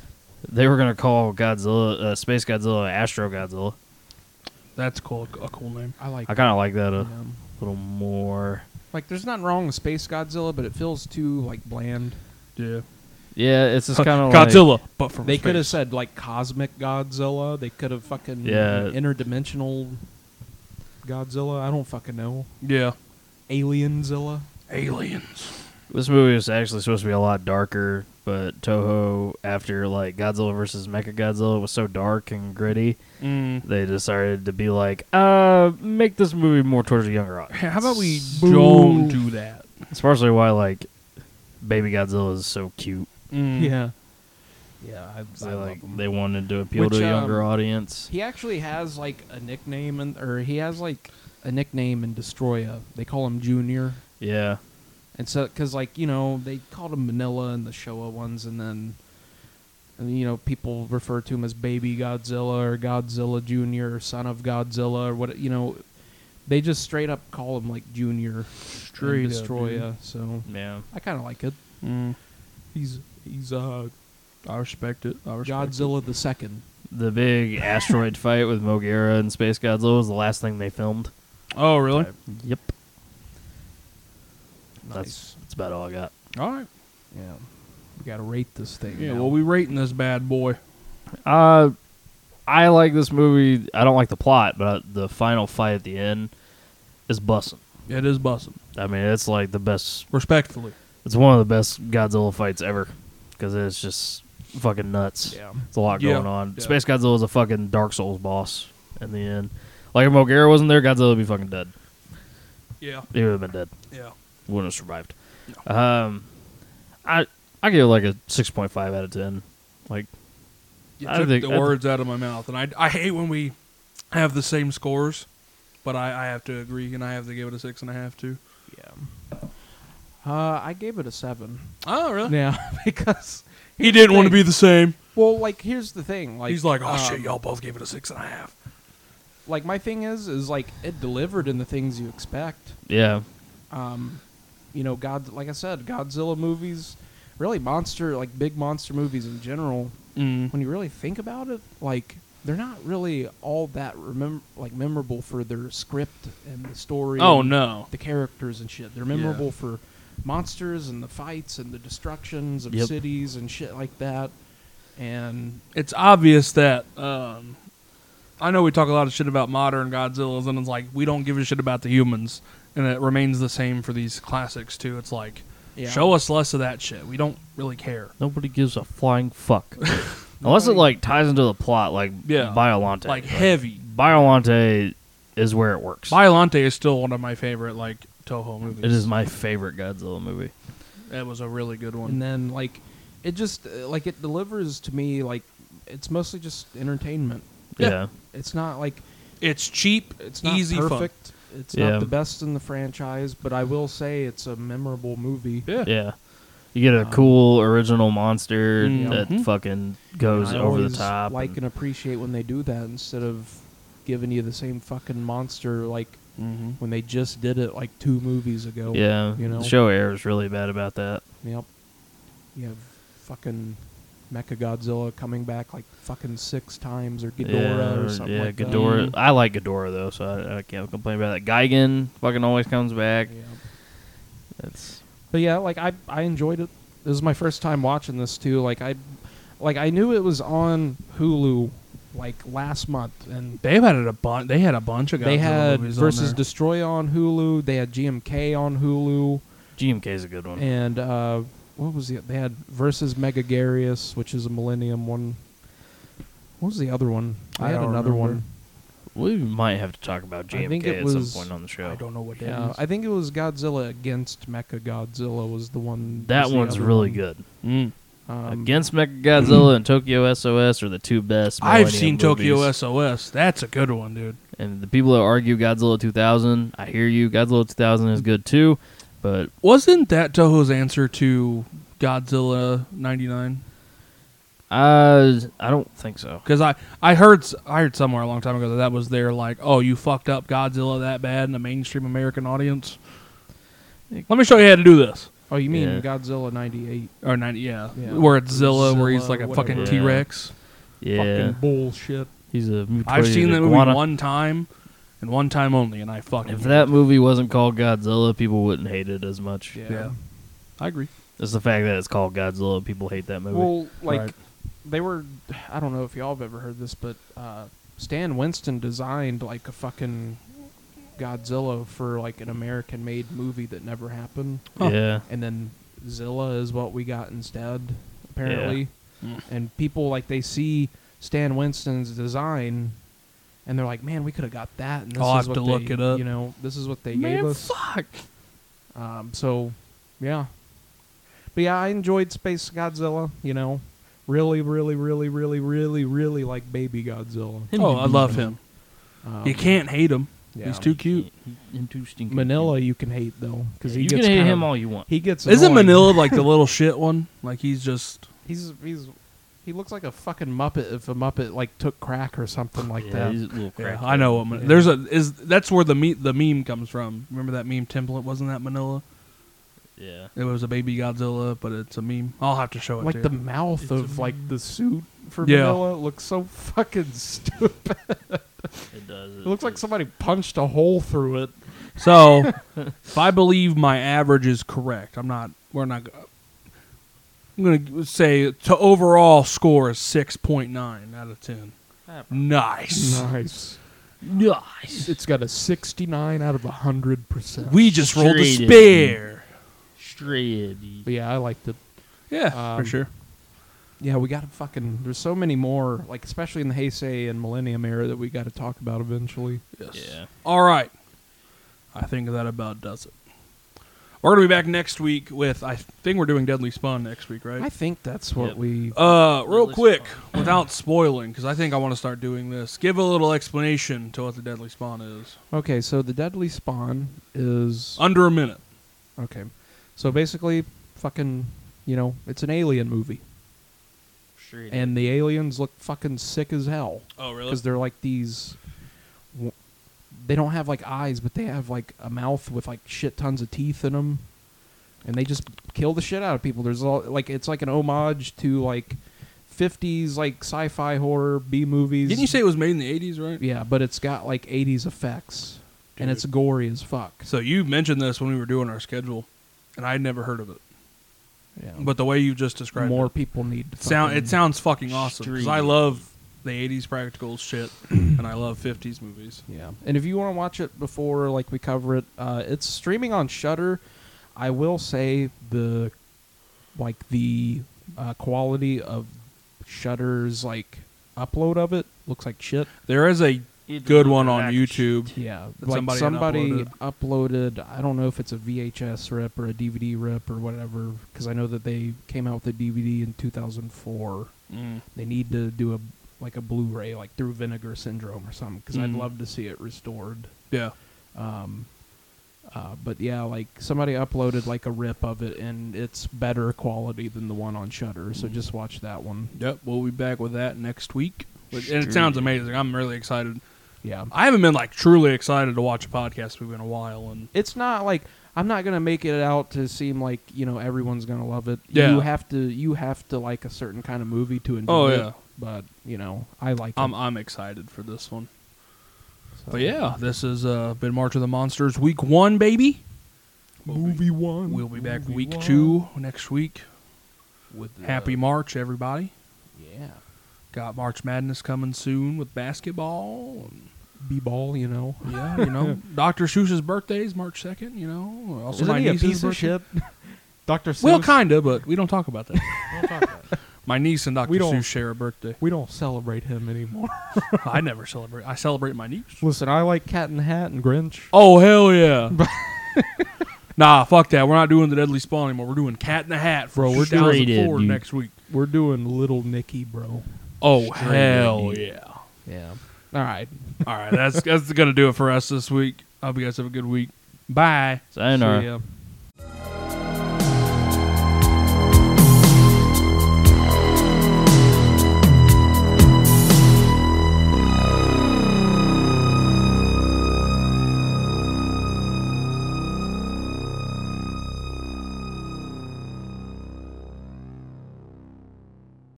[SPEAKER 3] They were gonna call Godzilla, uh, Space Godzilla, Astro Godzilla.
[SPEAKER 2] That's cool. A cool name.
[SPEAKER 4] I like.
[SPEAKER 3] I kind of like that uh, a
[SPEAKER 4] yeah.
[SPEAKER 3] little more.
[SPEAKER 4] Like, there's nothing wrong with Space Godzilla, but it feels too like bland.
[SPEAKER 2] Yeah.
[SPEAKER 3] Yeah, it's just kind of
[SPEAKER 2] Godzilla, but from
[SPEAKER 4] They
[SPEAKER 2] space.
[SPEAKER 4] could have said like Cosmic Godzilla. They could have fucking
[SPEAKER 3] Yeah.
[SPEAKER 4] interdimensional Godzilla. I don't fucking know.
[SPEAKER 2] Yeah.
[SPEAKER 4] Alienzilla.
[SPEAKER 2] Aliens.
[SPEAKER 3] This movie was actually supposed to be a lot darker, but Toho, after like Godzilla versus Mechagodzilla, was so dark and gritty,
[SPEAKER 2] Mm.
[SPEAKER 3] they decided to be like, uh, make this movie more towards a younger audience.
[SPEAKER 2] How about we
[SPEAKER 3] Boo.
[SPEAKER 2] don't do that?
[SPEAKER 3] It's partially why like Baby Godzilla is so cute.
[SPEAKER 2] Mm.
[SPEAKER 4] Yeah. Yeah, I,
[SPEAKER 3] So,
[SPEAKER 4] I
[SPEAKER 3] like
[SPEAKER 4] love 'em.
[SPEAKER 3] they wanted to appeal
[SPEAKER 4] Which,
[SPEAKER 3] to a younger
[SPEAKER 4] um,
[SPEAKER 3] audience.
[SPEAKER 4] He actually has like a nickname, and or he has like a nickname in Destroya. They call him Junior,
[SPEAKER 3] Yeah,
[SPEAKER 4] and so because like you know they called him Manila and the Showa ones, and then and, you know people refer to him as Baby Godzilla or Godzilla Junior or Son of Godzilla or what you know. They just straight up call him like Junior
[SPEAKER 2] Straight up,
[SPEAKER 4] in Destroya. so
[SPEAKER 3] yeah.
[SPEAKER 4] I kind of like it.
[SPEAKER 2] Mm.
[SPEAKER 4] He's he's uh
[SPEAKER 2] I respect it. I respect
[SPEAKER 4] Godzilla the second.
[SPEAKER 3] The big asteroid fight with Mogera and Space Godzilla was the last thing they filmed.
[SPEAKER 2] It. Oh, really?
[SPEAKER 3] Yep,
[SPEAKER 4] Nice.
[SPEAKER 3] that's that's about all I got.
[SPEAKER 2] All right.
[SPEAKER 4] yeah. We gotta rate this thing.
[SPEAKER 2] Yeah.
[SPEAKER 4] now.
[SPEAKER 2] Well, we rating this bad boy.
[SPEAKER 3] Uh, I like this movie. I don't like the plot, but the final fight at the end is bussin'.
[SPEAKER 2] It is bussing.
[SPEAKER 3] I mean, it's like the best.
[SPEAKER 2] Respectfully.
[SPEAKER 3] It's one of the best Godzilla fights ever because it's just fucking nuts.
[SPEAKER 4] yeah.
[SPEAKER 3] It's a lot
[SPEAKER 2] Yeah,
[SPEAKER 3] going on.
[SPEAKER 2] yeah.
[SPEAKER 3] Space Godzilla is a fucking Dark Souls boss in the end. Like if Mogera wasn't there, Godzilla would be fucking dead.
[SPEAKER 2] Yeah.
[SPEAKER 3] He would have been dead.
[SPEAKER 2] Yeah.
[SPEAKER 3] Wouldn't have survived. Um, I I give it like a six point five out of ten. Like
[SPEAKER 2] You
[SPEAKER 3] I
[SPEAKER 2] took
[SPEAKER 3] think-
[SPEAKER 2] the
[SPEAKER 3] I th-
[SPEAKER 2] words out of my mouth, and I I hate when we have the same scores, but I, I have to agree, and I have to give it a six and a half too.
[SPEAKER 4] Yeah. Uh, I gave it a seven.
[SPEAKER 2] Oh, really?
[SPEAKER 4] Yeah, [LAUGHS] because
[SPEAKER 2] He didn't want to
[SPEAKER 4] Hey.
[SPEAKER 2] be the same.
[SPEAKER 4] well, like here's the thing. Like
[SPEAKER 2] He's like, oh shit,
[SPEAKER 4] um,
[SPEAKER 2] y'all both gave it a six and a half.
[SPEAKER 4] Like my thing is, is like it delivered in the things you expect.
[SPEAKER 3] yeah,
[SPEAKER 4] Um, you know, God, like I said, Godzilla movies, really monster, like big monster movies in general.
[SPEAKER 2] Mm.
[SPEAKER 4] When you really think about it, like they're not really all that remem- like memorable for their script and the story.
[SPEAKER 2] Oh
[SPEAKER 4] and
[SPEAKER 2] no.
[SPEAKER 4] the characters and shit. They're
[SPEAKER 2] Yeah.
[SPEAKER 4] memorable for monsters and the fights and the destructions of
[SPEAKER 3] Yep.
[SPEAKER 4] cities and shit like that. And
[SPEAKER 2] It's obvious that um, I know we talk a lot of shit about modern Godzillas, and it's like we don't give a shit about the humans, and it remains the same for these classics too. It's like
[SPEAKER 4] yeah.
[SPEAKER 2] show us less of that shit. We don't really care.
[SPEAKER 3] Nobody gives a
[SPEAKER 2] [LAUGHS]
[SPEAKER 3] flying fuck. Unless it
[SPEAKER 4] Nobody-
[SPEAKER 3] like ties into the plot, like
[SPEAKER 2] Yeah.
[SPEAKER 3] Biolante.
[SPEAKER 2] Like heavy.
[SPEAKER 3] Biolante is where it works.
[SPEAKER 2] Biolante is still one of my favorite like Toho movies.
[SPEAKER 3] it is my favorite Godzilla movie.
[SPEAKER 2] That was a really good one.
[SPEAKER 4] And then like it just uh, like it delivers to me like it's mostly just entertainment.
[SPEAKER 2] [LAUGHS] Yeah.
[SPEAKER 3] Yeah.
[SPEAKER 4] It's not like
[SPEAKER 2] it's cheap.
[SPEAKER 4] it's not
[SPEAKER 2] easy. fun.
[SPEAKER 4] perfect. It's
[SPEAKER 3] Yeah.
[SPEAKER 4] not the best in the franchise, but I will say it's a memorable movie.
[SPEAKER 2] Yeah.
[SPEAKER 3] Yeah. You get a
[SPEAKER 4] Um,
[SPEAKER 3] cool original monster
[SPEAKER 2] Mhm.
[SPEAKER 3] that fucking
[SPEAKER 4] And
[SPEAKER 3] goes
[SPEAKER 4] I
[SPEAKER 3] over the
[SPEAKER 4] always
[SPEAKER 3] top.
[SPEAKER 4] Like
[SPEAKER 3] and-
[SPEAKER 4] and appreciate when they do that instead of giving you the same fucking monster like
[SPEAKER 2] Mm-hmm.
[SPEAKER 4] when they just did it like two movies ago.
[SPEAKER 3] yeah,
[SPEAKER 4] you know.
[SPEAKER 3] the show air is really bad about that.
[SPEAKER 4] Yep. You have fucking Mecha Godzilla coming back like fucking six times, or Ghidorah,
[SPEAKER 3] yeah,
[SPEAKER 4] or something
[SPEAKER 3] yeah,
[SPEAKER 4] like that.
[SPEAKER 3] Ghidorah.
[SPEAKER 2] Mhm.
[SPEAKER 3] I like Ghidorah though, so I, I can't complain about that. Gigan fucking always comes back.
[SPEAKER 4] Yeah.
[SPEAKER 3] That's
[SPEAKER 4] But yeah, like I I enjoyed it. This is my first time watching this too. Like I, like I knew it was on Hulu, like last month, and
[SPEAKER 2] They've had it a bunch. They had a bunch of Godzilla
[SPEAKER 4] they had
[SPEAKER 2] movies
[SPEAKER 4] versus
[SPEAKER 2] on there.
[SPEAKER 4] Destroy on Hulu. They had GMK on Hulu,
[SPEAKER 3] GMK is a good one.
[SPEAKER 4] and uh, what was the they had versus Megagarius, which is a Millennium one. What was the other one? They
[SPEAKER 2] I
[SPEAKER 4] had
[SPEAKER 2] don't
[SPEAKER 4] another
[SPEAKER 2] remember.
[SPEAKER 4] one.
[SPEAKER 3] we might have to talk about
[SPEAKER 4] I think
[SPEAKER 3] GMK
[SPEAKER 4] it
[SPEAKER 3] at
[SPEAKER 4] was-
[SPEAKER 3] some point on the show.
[SPEAKER 2] I don't know what that is.
[SPEAKER 4] Yeah, I think it was Godzilla against Mecha Godzilla was the one.
[SPEAKER 3] that
[SPEAKER 4] was the
[SPEAKER 3] one's
[SPEAKER 4] other
[SPEAKER 3] really
[SPEAKER 4] one.
[SPEAKER 3] good.
[SPEAKER 2] Mm.
[SPEAKER 4] Um,
[SPEAKER 3] Against Mechagodzilla and Tokyo SOS are the two best.
[SPEAKER 2] I've
[SPEAKER 3] Millennium
[SPEAKER 2] seen Tokyo
[SPEAKER 3] movies.
[SPEAKER 2] SOS. That's a good one, dude.
[SPEAKER 3] and the people that argue Godzilla 2000, I hear you. Godzilla 2000 is good too, but
[SPEAKER 2] Wasn't that Toho's answer to Godzilla '99?
[SPEAKER 3] I I don't think so.
[SPEAKER 2] Because I I heard s- I heard somewhere a long time ago that that was their like, oh, you fucked up Godzilla that bad in the mainstream American audience. Let me show you how to do this.
[SPEAKER 4] Oh, you mean
[SPEAKER 3] Yeah.
[SPEAKER 4] Godzilla '98?
[SPEAKER 2] Or ninety, yeah,
[SPEAKER 4] Yeah.
[SPEAKER 2] where it's Zilla, where he's
[SPEAKER 4] Zilla,
[SPEAKER 2] like a
[SPEAKER 4] whatever.
[SPEAKER 2] fucking
[SPEAKER 3] Yeah.
[SPEAKER 2] T Rex.
[SPEAKER 3] Yeah,
[SPEAKER 4] Fucking bullshit.
[SPEAKER 3] he's a.
[SPEAKER 2] I've
[SPEAKER 3] mutoid
[SPEAKER 2] seen that movie
[SPEAKER 3] iguana.
[SPEAKER 2] one time, and one time only, and I fucking.
[SPEAKER 3] If
[SPEAKER 2] hate
[SPEAKER 3] that
[SPEAKER 2] it.
[SPEAKER 3] movie wasn't called Godzilla, people wouldn't hate it as much.
[SPEAKER 4] Yeah.
[SPEAKER 2] yeah, I agree.
[SPEAKER 3] It's the fact that it's called Godzilla. People hate that movie.
[SPEAKER 4] Well, like
[SPEAKER 2] Right.
[SPEAKER 4] they were. I don't know if y'all have ever heard this, but uh, Stan Winston designed like a fucking Godzilla for like an American-made movie that never happened,
[SPEAKER 2] huh.
[SPEAKER 3] Yeah.
[SPEAKER 4] and then Zilla is what we got instead, apparently.
[SPEAKER 2] Mm.
[SPEAKER 4] and people like they see Stan Winston's design, and they're like, "Man, we could have got that." And this
[SPEAKER 2] I'll
[SPEAKER 4] is
[SPEAKER 2] have
[SPEAKER 4] what
[SPEAKER 2] to look
[SPEAKER 4] they-
[SPEAKER 2] it up.
[SPEAKER 4] You know, this is what they gave
[SPEAKER 2] Man,
[SPEAKER 4] us.
[SPEAKER 2] fuck.
[SPEAKER 4] Um, so, yeah. But yeah, I enjoyed Space Godzilla. You know, really, really, really, really, really, really like Baby Godzilla.
[SPEAKER 2] Oh, I love him.
[SPEAKER 4] Um,
[SPEAKER 2] You can't hate him.
[SPEAKER 4] yeah.
[SPEAKER 2] He's too cute.
[SPEAKER 3] Interesting.
[SPEAKER 4] [LAUGHS] Manila. You can hate though, because he
[SPEAKER 3] you can
[SPEAKER 4] gets
[SPEAKER 3] hate
[SPEAKER 4] kind
[SPEAKER 3] him
[SPEAKER 4] of-
[SPEAKER 3] all you want.
[SPEAKER 4] He gets.
[SPEAKER 2] Isn't
[SPEAKER 4] annoying. [LAUGHS]
[SPEAKER 2] Manila like the little shit one? Like he's just
[SPEAKER 4] He's he's he looks like a fucking muppet if a muppet like took crack or something like
[SPEAKER 3] yeah,
[SPEAKER 4] that.
[SPEAKER 3] He's a little
[SPEAKER 2] Yeah,
[SPEAKER 3] crack.
[SPEAKER 2] I know what Man-
[SPEAKER 4] Yeah.
[SPEAKER 2] there's a is that's where the me, the meme comes from. Remember that meme template? Wasn't that Manila?
[SPEAKER 3] Yeah.
[SPEAKER 2] It was a baby Godzilla, but it's a meme. I'll have to show it.
[SPEAKER 4] like
[SPEAKER 2] to
[SPEAKER 4] the
[SPEAKER 2] you.
[SPEAKER 4] mouth
[SPEAKER 3] It's
[SPEAKER 4] of
[SPEAKER 3] a-
[SPEAKER 4] like the suit for
[SPEAKER 2] Yeah.
[SPEAKER 4] Manila looks so fucking stupid.
[SPEAKER 3] It does.
[SPEAKER 4] It looks like somebody punched a hole through it.
[SPEAKER 2] So,
[SPEAKER 4] [LAUGHS]
[SPEAKER 2] if I believe my average is correct, I'm not. We're not. go- I'm gonna say to overall score is six point nine out of ten. Nice.
[SPEAKER 4] Nice.
[SPEAKER 3] nice.
[SPEAKER 4] It's got a 69 out of 100%.
[SPEAKER 2] We just rolled a
[SPEAKER 3] Straight in.
[SPEAKER 2] spare.
[SPEAKER 3] Shred.
[SPEAKER 4] But yeah, I liked it.
[SPEAKER 2] Yeah,
[SPEAKER 4] Um,
[SPEAKER 2] for sure.
[SPEAKER 4] Yeah, we got to fucking. There's so many more, like, especially in the Heisei and Millennium era that we got to talk about eventually.
[SPEAKER 2] Yes.
[SPEAKER 3] Yeah.
[SPEAKER 2] All right. I think that about does it. We're gonna be back next week with. I think we're doing Deadly Spawn next week, right?
[SPEAKER 4] I think that's what
[SPEAKER 3] Yep.
[SPEAKER 4] we.
[SPEAKER 2] Uh, real
[SPEAKER 3] Deadly
[SPEAKER 2] quick, [CLEARS THROAT] without spoiling, because I think I want to start doing this. Give a little explanation to what the Deadly Spawn is.
[SPEAKER 4] Okay, so the Deadly Spawn is.
[SPEAKER 2] Under a minute.
[SPEAKER 4] Okay. So basically, fucking, you know, it's an alien movie.
[SPEAKER 3] Shred.
[SPEAKER 4] And the aliens look fucking sick as hell.
[SPEAKER 2] Oh, really?
[SPEAKER 4] because they're like these. w- They don't have like eyes, but they have like a mouth with like shit tons of teeth in them, and they just kill the shit out of people. There's all like it's like an homage to like '50s like sci-fi horror B movies.
[SPEAKER 2] Didn't you say it was made in the 80s, right?
[SPEAKER 4] Yeah, but it's got like '80s effects, and
[SPEAKER 2] Dude.
[SPEAKER 4] it's gory as fuck.
[SPEAKER 2] So you mentioned this when we were doing our schedule, and I'd never heard of it.
[SPEAKER 4] Yeah,
[SPEAKER 2] But the way you just described
[SPEAKER 4] more
[SPEAKER 2] it,
[SPEAKER 4] people need to
[SPEAKER 2] sound, it
[SPEAKER 4] fucking-
[SPEAKER 2] sounds fucking awesome. Because I
[SPEAKER 3] Street.
[SPEAKER 2] love the 80s practical
[SPEAKER 4] [CLEARS THROAT]
[SPEAKER 2] shit, and I love 50s movies.
[SPEAKER 4] Yeah, and if you want to watch it before like we cover it, uh, it's streaming on Shutter. I will say the like the uh, quality of Shutter's like upload of it looks like shit.
[SPEAKER 2] There is a good one on YouTube.
[SPEAKER 4] Yeah,
[SPEAKER 2] That somebody
[SPEAKER 4] like
[SPEAKER 2] had
[SPEAKER 4] somebody uploaded. I don't know if it's a VHS rip or a DVD rip or whatever, because I know that they came out with a DVD in 2004.
[SPEAKER 2] Mm.
[SPEAKER 4] They need to do a like a Blu-ray, like through Vinegar Syndrome or something, because I'd
[SPEAKER 2] Mhm.
[SPEAKER 4] love to see it restored.
[SPEAKER 2] Yeah.
[SPEAKER 4] Um, uh, but yeah, like somebody uploaded like a rip of it, and it's better quality than the one on Shutter. So just watch that one.
[SPEAKER 2] Yep. We'll be back with that next week. But- And it sounds
[SPEAKER 3] Street.
[SPEAKER 2] amazing. I'm really excited.
[SPEAKER 4] Yeah.
[SPEAKER 2] I haven't been like truly excited to watch a podcast movie in a while, and
[SPEAKER 4] It's not like I'm not gonna make it out to seem like you know everyone's gonna love it.
[SPEAKER 2] Yeah.
[SPEAKER 4] You have to you have to like a certain kind of movie to enjoy
[SPEAKER 2] Oh,
[SPEAKER 4] it.
[SPEAKER 2] yeah.
[SPEAKER 4] But you know Um, I like.
[SPEAKER 2] I'm
[SPEAKER 4] it,
[SPEAKER 2] I'm excited for this one.
[SPEAKER 4] so.
[SPEAKER 2] But yeah, this has uh, been March of the Monsters, week one, baby.
[SPEAKER 4] movie one.
[SPEAKER 2] We'll be back
[SPEAKER 4] movie
[SPEAKER 2] week
[SPEAKER 4] one.
[SPEAKER 2] two next week.
[SPEAKER 4] With uh,
[SPEAKER 2] Happy March, everybody.
[SPEAKER 4] Yeah.
[SPEAKER 2] Got March Madness coming soon with basketball. and-
[SPEAKER 4] B ball, you know.
[SPEAKER 2] yeah, you know, Dr. Seuss's birthday is March 2nd, you know. Also my niece's birthday.
[SPEAKER 4] [LAUGHS]
[SPEAKER 1] Doctor Seuss.
[SPEAKER 2] Well, kind of, but we don't talk about that.
[SPEAKER 1] Don't talk about it.
[SPEAKER 2] My niece and Dr.
[SPEAKER 4] We don't-
[SPEAKER 2] Seuss share a
[SPEAKER 4] [LAUGHS]
[SPEAKER 2] birthday.
[SPEAKER 4] We don't celebrate him anymore. [LAUGHS]
[SPEAKER 2] I never celebrate. I celebrate my niece.
[SPEAKER 1] Listen, I like
[SPEAKER 4] Cat in the Hat and Grinch.
[SPEAKER 2] Oh hell yeah! nah, fuck that. We're not doing the Deadly Spawn anymore. We're doing Cat in the Hat, bro. We're
[SPEAKER 3] Straight
[SPEAKER 2] doing
[SPEAKER 3] in,
[SPEAKER 2] four
[SPEAKER 3] dude.
[SPEAKER 2] next week.
[SPEAKER 4] We're doing Little Nicky, bro.
[SPEAKER 2] Oh
[SPEAKER 3] Straight
[SPEAKER 2] hell
[SPEAKER 3] in, dude.
[SPEAKER 2] yeah!
[SPEAKER 3] Yeah.
[SPEAKER 4] All right.
[SPEAKER 2] All right, that's that's gonna do it for us this week. Hope you guys have a good week. Bye.
[SPEAKER 3] Sayonara.
[SPEAKER 4] See um, ya.